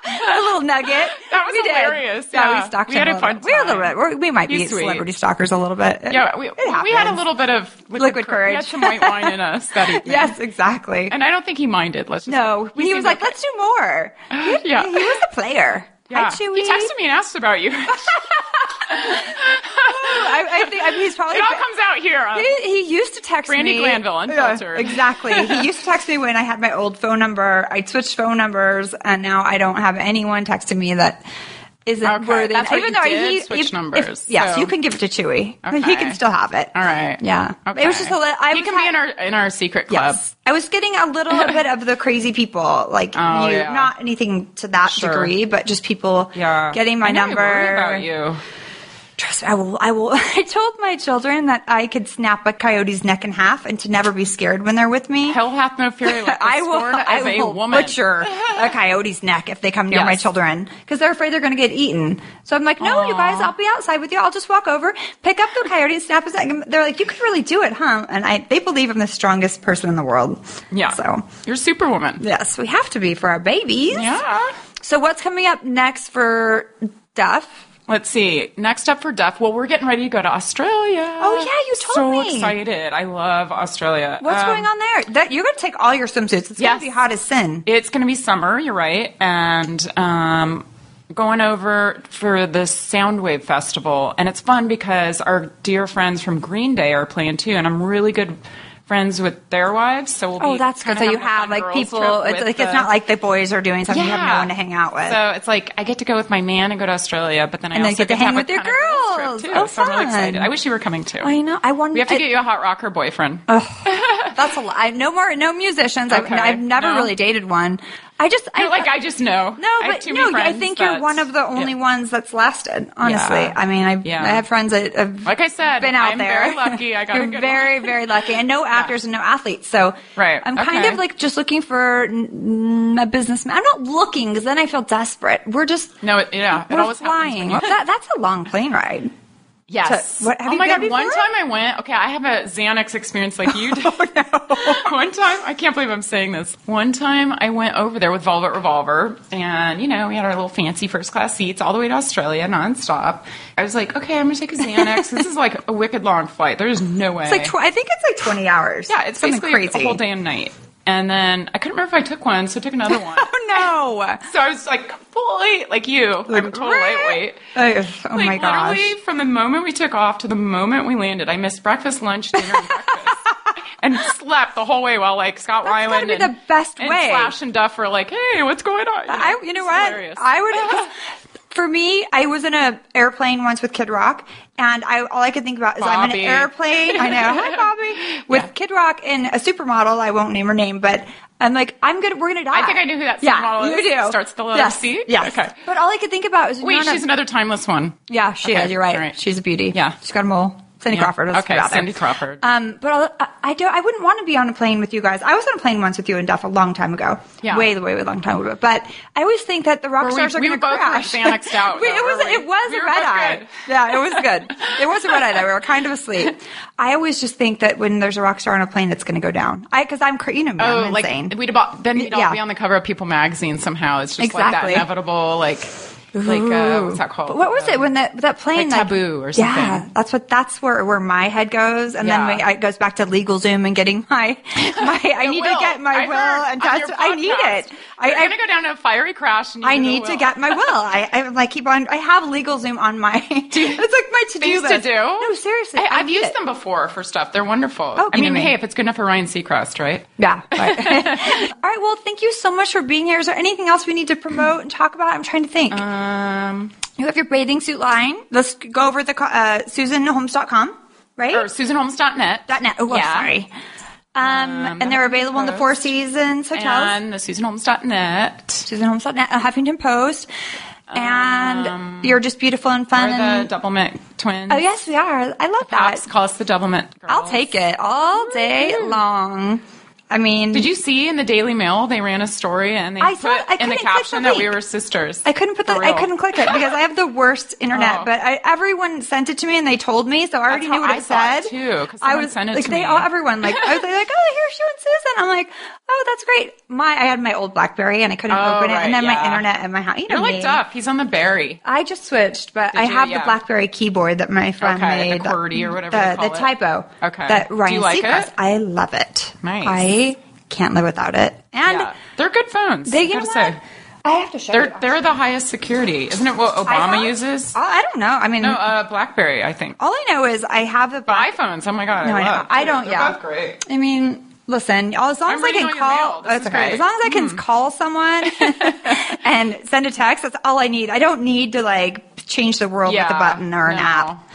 Speaker 2: yeah, a little nugget.
Speaker 11: That was
Speaker 2: we did.
Speaker 11: hilarious, yeah.
Speaker 2: we stalked
Speaker 11: We had
Speaker 2: him
Speaker 11: a
Speaker 2: little
Speaker 11: fun
Speaker 2: bit. We're a little bit.
Speaker 11: time.
Speaker 2: We're, we might
Speaker 11: He's
Speaker 2: be
Speaker 11: sweet.
Speaker 2: celebrity stalkers a little bit. It-
Speaker 11: Yeah, we,
Speaker 2: it
Speaker 11: we had a
Speaker 2: happens.
Speaker 11: little bit of liquid,
Speaker 2: Liquid
Speaker 11: cour- We had
Speaker 2: courage.
Speaker 11: some white wine in us that evening.
Speaker 2: Yes, exactly.
Speaker 11: And I don't think he minded. Let's just
Speaker 2: no, he,
Speaker 11: seemed
Speaker 2: was like, "Let's do more." He,
Speaker 11: Yeah.
Speaker 2: he was a player.
Speaker 11: Yeah.
Speaker 2: Hi, Chewy.
Speaker 11: He texted me and asked about you. it
Speaker 2: I, I think I mean, he's probably.
Speaker 11: all comes out here. on-
Speaker 2: He, he used to text
Speaker 11: Brandy
Speaker 2: me.
Speaker 11: Glanville, unfiltered.
Speaker 2: exactly. He used to text me when I had my old phone number. I switched phone numbers, and now I don't have anyone texting me that isn't
Speaker 11: Okay,
Speaker 2: worthy.
Speaker 11: that's what
Speaker 2: Even
Speaker 11: you
Speaker 2: though
Speaker 11: did,
Speaker 2: he
Speaker 11: switch
Speaker 2: if-
Speaker 11: numbers,
Speaker 2: yes,
Speaker 11: so-
Speaker 2: you can give it to Chewy. He
Speaker 11: Okay.
Speaker 2: can still have it.
Speaker 11: All right.
Speaker 2: Yeah.
Speaker 11: Okay.
Speaker 2: It was just a little. I
Speaker 11: he
Speaker 2: was
Speaker 11: can
Speaker 2: ha-
Speaker 11: be in our in our secret club.
Speaker 2: Yes. I was getting a little bit of the crazy people, like
Speaker 11: Oh,
Speaker 2: you,
Speaker 11: yeah.
Speaker 2: not anything to that
Speaker 11: Sure.
Speaker 2: degree, but just people
Speaker 11: Yeah.
Speaker 2: getting my
Speaker 11: I know, I
Speaker 2: number.
Speaker 11: worry about you.
Speaker 2: Trust me, I will. I will. I told my children that I could snap a coyote's neck in half and to never be scared when they're with me.
Speaker 11: Hell hath no fury. Like
Speaker 2: I will. I
Speaker 11: As
Speaker 2: will
Speaker 11: a woman.
Speaker 2: butcher a coyote's neck if they come near
Speaker 11: Yes.
Speaker 2: my children because they're afraid they're going to get eaten. So I'm like, no, you guys, I'll be outside with you. I'll just walk over, pick up the coyote, and snap his neck. And They're like, you could really do it, huh? And I, they believe I'm the strongest person in the world.
Speaker 11: Yeah.
Speaker 2: So
Speaker 11: you're Superwoman.
Speaker 2: yes, we have to be for our babies.
Speaker 11: Yeah.
Speaker 2: So what's coming up next for Duff?
Speaker 11: Let's see. Next up for Duff. Well, we're getting ready to go to Australia.
Speaker 2: Oh, yeah, you told
Speaker 11: so
Speaker 2: me.
Speaker 11: So excited! I love Australia.
Speaker 2: What's
Speaker 11: Um,
Speaker 2: going on there? That you're going to take all your swimsuits. It's going
Speaker 11: Yes.
Speaker 2: to be hot as sin.
Speaker 11: It's going to be summer, you're right. And um, going over for the Soundwave Festival. And it's fun because our dear friends from Green Day are playing too. And I'm really good friends with their wives. So we'll
Speaker 2: Oh,
Speaker 11: be
Speaker 2: that's good.
Speaker 11: kinda
Speaker 2: So you
Speaker 11: having a fun
Speaker 2: have like
Speaker 11: girls
Speaker 2: people.
Speaker 11: trip
Speaker 2: It's
Speaker 11: with
Speaker 2: like it's
Speaker 11: the-
Speaker 2: not like the boys are doing something. You have no one to hang out with.
Speaker 11: So it's like I get to go with my man and go to Australia, but then I
Speaker 2: And then
Speaker 11: also
Speaker 2: get to
Speaker 11: have
Speaker 2: hang
Speaker 11: a
Speaker 2: with your
Speaker 11: kind of girls trip,
Speaker 2: girls.
Speaker 11: too.
Speaker 2: Oh,
Speaker 11: so I'm really
Speaker 2: fun.
Speaker 11: excited. I wish you were coming too.
Speaker 2: I know. I want.
Speaker 11: We have to
Speaker 2: I- Oh,
Speaker 11: get you a hot rocker boyfriend.
Speaker 2: That's a lot. I no more no musicians. I've,
Speaker 11: Okay.
Speaker 2: I've never
Speaker 11: No?
Speaker 2: really dated one. I just I
Speaker 11: You're like I just know.
Speaker 2: No,
Speaker 11: I have
Speaker 2: but
Speaker 11: too
Speaker 2: no.
Speaker 11: many
Speaker 2: I
Speaker 11: friends
Speaker 2: think you're
Speaker 11: that-
Speaker 2: one of the
Speaker 11: Yeah.
Speaker 2: only ones that's lasted. Honestly, I mean, I
Speaker 11: Yeah.
Speaker 2: I have friends that have
Speaker 11: Like I said,
Speaker 2: been out
Speaker 11: I'm
Speaker 2: there.
Speaker 11: very lucky. I got a
Speaker 2: you're
Speaker 11: good
Speaker 2: very
Speaker 11: one.
Speaker 2: very lucky, and no actors and no athletes. So
Speaker 11: Right.
Speaker 2: I'm kind
Speaker 11: Okay.
Speaker 2: of like just looking for n- n- a businessman. I'm not looking because then I feel desperate. We're just
Speaker 11: No, it, yeah, it
Speaker 2: we're
Speaker 11: always happens when
Speaker 2: flying.
Speaker 11: you-
Speaker 2: that, that's a long plane ride.
Speaker 11: Yes.
Speaker 2: To- what- have
Speaker 11: oh
Speaker 2: you
Speaker 11: my
Speaker 2: been
Speaker 11: god! One
Speaker 2: before? Oh,
Speaker 11: time I went. Okay, I have a Xanax experience like you did. one time, I can't believe I'm saying this. One time I went over there with Velvet Revolver, and you know we had our little fancy first class seats all the way to Australia nonstop. I was like, okay, I'm gonna take a Xanax. this is like a wicked long flight. There's no way.
Speaker 2: It's like tw- I think it's like 20 hours.
Speaker 11: yeah, it's
Speaker 2: something
Speaker 11: basically
Speaker 2: crazy.
Speaker 11: a whole day and night. And then I couldn't remember if I took one, so I took another one.
Speaker 2: Oh
Speaker 11: so I was like fully like you. I'm a total lightweight.
Speaker 2: no! Ugh, Oh my
Speaker 11: like,
Speaker 2: gosh!
Speaker 11: Literally, from the moment we took off to the moment we landed, I missed breakfast, lunch, dinner, and breakfast. And slept the whole way while like Scott
Speaker 2: That's gotta
Speaker 11: Weiland
Speaker 2: be
Speaker 11: and,
Speaker 2: the best
Speaker 11: and
Speaker 2: way.
Speaker 11: Slash and Duff were like, "Hey, what's going on?"
Speaker 2: I, you know
Speaker 11: it's
Speaker 2: what?
Speaker 11: hilarious.
Speaker 2: I would. for me, I was in an airplane once with Kid Rock, and I all I could think about is I'm in
Speaker 11: Bobby.
Speaker 2: an airplane. I know, hi Bobby, with Kid Rock and a supermodel. I won't name her name, but I'm like, I'm gonna, we're gonna die.
Speaker 11: I think I knew who that
Speaker 2: yeah,
Speaker 11: supermodel
Speaker 2: you
Speaker 11: is.
Speaker 2: do.
Speaker 11: Starts the letter
Speaker 2: yes,
Speaker 11: C?
Speaker 2: Yes.
Speaker 11: Okay.
Speaker 2: But all I could think about was
Speaker 11: Wait,
Speaker 2: no, no.
Speaker 11: she's another timeless one.
Speaker 2: Yeah, she
Speaker 11: Okay,
Speaker 2: is. You're right.
Speaker 11: all right.
Speaker 2: She's a beauty.
Speaker 11: Yeah.
Speaker 2: she's got a mole. Cindy
Speaker 11: Yeah.
Speaker 2: Crawford. let's put
Speaker 11: Okay,
Speaker 2: it out there.
Speaker 11: Cindy Crawford.
Speaker 2: Um, but I'll, I, I don't. I wouldn't want to be on a plane with you guys. I was on a plane once with you and Duff a long time ago.
Speaker 11: Yeah.
Speaker 2: way, way, way long time ago. But I always think that the rock
Speaker 11: Were we-
Speaker 2: stars are
Speaker 11: we
Speaker 2: going
Speaker 11: were
Speaker 2: to
Speaker 11: both
Speaker 2: crash.
Speaker 11: like Xanaxed out,
Speaker 2: We-
Speaker 11: though,
Speaker 2: it was.
Speaker 11: were we?
Speaker 2: It was
Speaker 11: We
Speaker 2: a
Speaker 11: were
Speaker 2: red
Speaker 11: both
Speaker 2: eye.
Speaker 11: good.
Speaker 2: Yeah, it was good. It was a red eye though. We were kind of asleep. I always just think that when there's a rock star on a plane, it's going to go down. I because I'm cra- you know me,
Speaker 11: Oh,
Speaker 2: I'm
Speaker 11: like
Speaker 2: insane.
Speaker 11: we'd about, then you'd all
Speaker 2: Yeah.
Speaker 11: be on the cover of People magazine somehow. It's just like that
Speaker 2: Exactly.
Speaker 11: inevitable, like like uh,
Speaker 2: Ooh.
Speaker 11: what's that called?
Speaker 2: But what was it when that that plane
Speaker 11: Like Taboo or
Speaker 2: Yeah,
Speaker 11: something.
Speaker 2: that's what that's where where my head goes, and
Speaker 11: Yeah.
Speaker 2: then my, it goes back to legal zoom and getting my my I need
Speaker 11: will.
Speaker 2: to get my
Speaker 11: I
Speaker 2: will
Speaker 11: heard
Speaker 2: and
Speaker 11: on your
Speaker 2: test. I need it.
Speaker 11: podcast.
Speaker 2: I,
Speaker 11: You're
Speaker 2: I,
Speaker 11: gonna go down to a fiery crash. And you
Speaker 2: I
Speaker 11: need, a
Speaker 2: need to
Speaker 11: will.
Speaker 2: get my will. I, I like keep on. I have legal zoom on my. it's like my to do
Speaker 11: things to
Speaker 2: list.
Speaker 11: do.
Speaker 2: No, seriously,
Speaker 11: I,
Speaker 2: I
Speaker 11: have
Speaker 2: need
Speaker 11: used
Speaker 2: it.
Speaker 11: them before for stuff. They're wonderful.
Speaker 2: Oh,
Speaker 11: I mean,
Speaker 2: kidding me.
Speaker 11: hey, if it's good enough for Ryan Seacrest, right?
Speaker 2: Yeah. Right. All right. Well, thank you so much for being here. Is there anything else we need to promote and talk about? I'm trying to think.
Speaker 11: Um,
Speaker 2: you have your bathing suit line. Let's go over the co- uh, SusanHolmes.com, right?
Speaker 11: or SusanHolmes.net.
Speaker 2: dot net. Oh, well,
Speaker 11: Yeah.
Speaker 2: sorry. Um, and they're available in the Four Seasons hotels,
Speaker 11: And the SusanHolmes.net.
Speaker 2: SusanHolmes.net, uh, Huffington Post, and you're just beautiful and
Speaker 11: Or
Speaker 2: fun.
Speaker 11: Um, the
Speaker 2: and,
Speaker 11: Double Mint Twins.
Speaker 2: oh yes, we are. I love that.
Speaker 11: Pops, call us the Double Mint. Girls.
Speaker 2: I'll take it all day long. I mean,
Speaker 11: Did you see in the Daily Mail they ran a story and they
Speaker 2: I
Speaker 11: put
Speaker 2: saw it. I
Speaker 11: in the
Speaker 2: couldn't click the
Speaker 11: caption that we
Speaker 2: link.
Speaker 11: were sisters?
Speaker 2: I couldn't put
Speaker 11: For
Speaker 2: the I
Speaker 11: real.
Speaker 2: couldn't click it because I have the worst internet.
Speaker 11: Oh.
Speaker 2: But I, everyone sent it to me and they told me, so I already
Speaker 11: That's
Speaker 2: knew
Speaker 11: how
Speaker 2: what
Speaker 11: I
Speaker 2: it
Speaker 11: saw
Speaker 2: said.
Speaker 11: it, too, 'cause
Speaker 2: I
Speaker 11: someone
Speaker 2: was
Speaker 11: sent it
Speaker 2: like
Speaker 11: to
Speaker 2: they
Speaker 11: me.
Speaker 2: all everyone like I was like oh here's you and Susan. I'm like oh that's great. My I had my old BlackBerry and I couldn't
Speaker 11: Oh,
Speaker 2: open it,
Speaker 11: right,
Speaker 2: and then my
Speaker 11: yeah.
Speaker 2: internet and my house. You know
Speaker 11: You're like
Speaker 2: me.
Speaker 11: Duff. He's on the Barry.
Speaker 2: I just switched, but I
Speaker 11: you?
Speaker 2: have
Speaker 11: Yeah.
Speaker 2: the BlackBerry keyboard that my friend
Speaker 11: Okay, the
Speaker 2: made. that-
Speaker 11: QWERTY or whatever
Speaker 2: The,
Speaker 11: they call
Speaker 2: the
Speaker 11: it.
Speaker 2: typo.
Speaker 11: Okay.
Speaker 2: That
Speaker 11: Do you
Speaker 2: Ryan
Speaker 11: like it?
Speaker 2: Seacrest. I love it.
Speaker 11: Nice.
Speaker 2: I can't live without it. And
Speaker 11: Yeah. They're good phones.
Speaker 2: they,
Speaker 11: I
Speaker 2: you know
Speaker 11: gotta
Speaker 2: what?
Speaker 11: say.
Speaker 2: I have to show you.
Speaker 11: They're they're the highest security, isn't it? What
Speaker 2: I
Speaker 11: Obama
Speaker 2: have-
Speaker 11: uses?
Speaker 2: Oh, I don't know. I mean,
Speaker 11: No, uh, BlackBerry, I think.
Speaker 2: all I know is I have the
Speaker 11: But iPhones. Oh my god,
Speaker 2: No,
Speaker 11: I,
Speaker 2: I know.
Speaker 11: love.
Speaker 2: I don't-
Speaker 11: They're
Speaker 2: yeah.
Speaker 11: both great.
Speaker 2: I mean, listen, as long
Speaker 11: I'm
Speaker 2: as I can
Speaker 11: reading all your mail.
Speaker 2: call,
Speaker 11: This
Speaker 2: that's
Speaker 11: is
Speaker 2: okay.
Speaker 11: great. Mm-hmm.
Speaker 2: As long as I can call someone and send a text, that's all I need. I don't need to like change the world with a button or an
Speaker 11: no.
Speaker 2: app.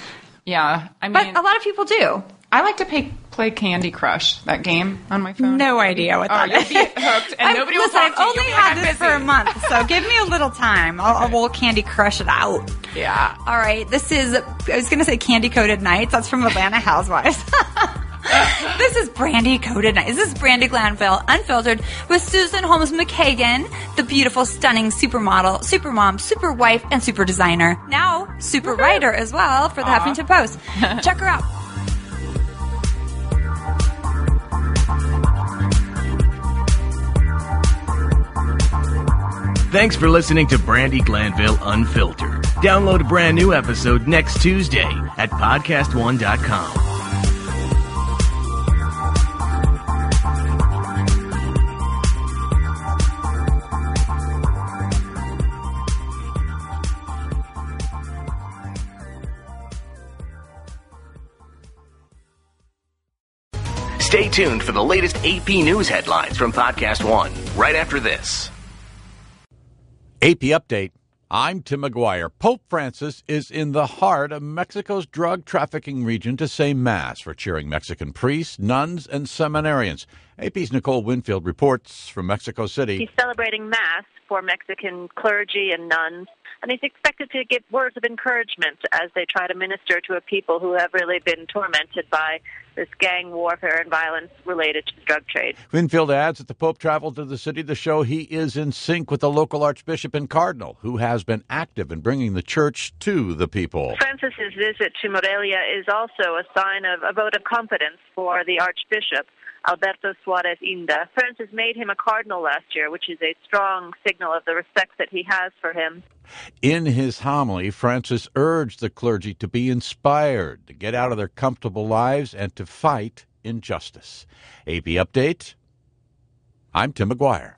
Speaker 11: Yeah, I mean,
Speaker 2: But a lot of people do.
Speaker 11: I like to pay, play Candy Crush, that game on my phone.
Speaker 2: No idea what
Speaker 11: Oh,
Speaker 2: that
Speaker 11: you'll
Speaker 2: is.
Speaker 11: be hooked, and
Speaker 2: I'm-
Speaker 11: nobody will
Speaker 2: listen,
Speaker 11: talk to you.
Speaker 2: I've only
Speaker 11: You'll be
Speaker 2: had
Speaker 11: like, "I'm
Speaker 2: this for a
Speaker 11: busy."
Speaker 2: month, so give me a little time. I'll, I will Candy Crush it out.
Speaker 11: Yeah.
Speaker 2: All right, this is, I was going to say Candy Coated Nights. That's from Atlanta Housewives. this is Brandy Coated Nights. This is Brandy Glanville, unfiltered, with Susan Holmes McKagan, the beautiful, stunning supermodel, supermom, superwife, and super designer. Now, super writer as well for the Huffington Post. Check her out.
Speaker 6: Thanks for listening to Brandy Glanville Unfiltered. Download a brand new episode next Tuesday at podcastone.com.
Speaker 9: Stay tuned for the latest AP news headlines from Podcast One right after this.
Speaker 12: AP Update. I'm Tim McGuire. Pope Francis is in the heart of Mexico's drug trafficking region to say Mass for cheering Mexican priests, nuns, and seminarians. AP's Nicole Winfield reports from Mexico City.
Speaker 13: He's celebrating Mass for Mexican clergy and nuns, and he's expected to give words of encouragement as they try to minister to a people who have really been tormented by this gang warfare and violence related to the drug trade.
Speaker 12: Winfield adds that the Pope traveled to the city to show he is in sync with the local archbishop and cardinal, who has been active in bringing the church to the people.
Speaker 13: Francis's visit to Morelia is also a sign of a vote of confidence for the Archbishop. Alberto Suarez Inda. Francis made him a cardinal last year, which is a strong signal of the respect that he has for him.
Speaker 12: In his homily, Francis urged the clergy to be inspired, to get out of their comfortable lives, and to fight injustice. AP Update I'm Tim McGuire.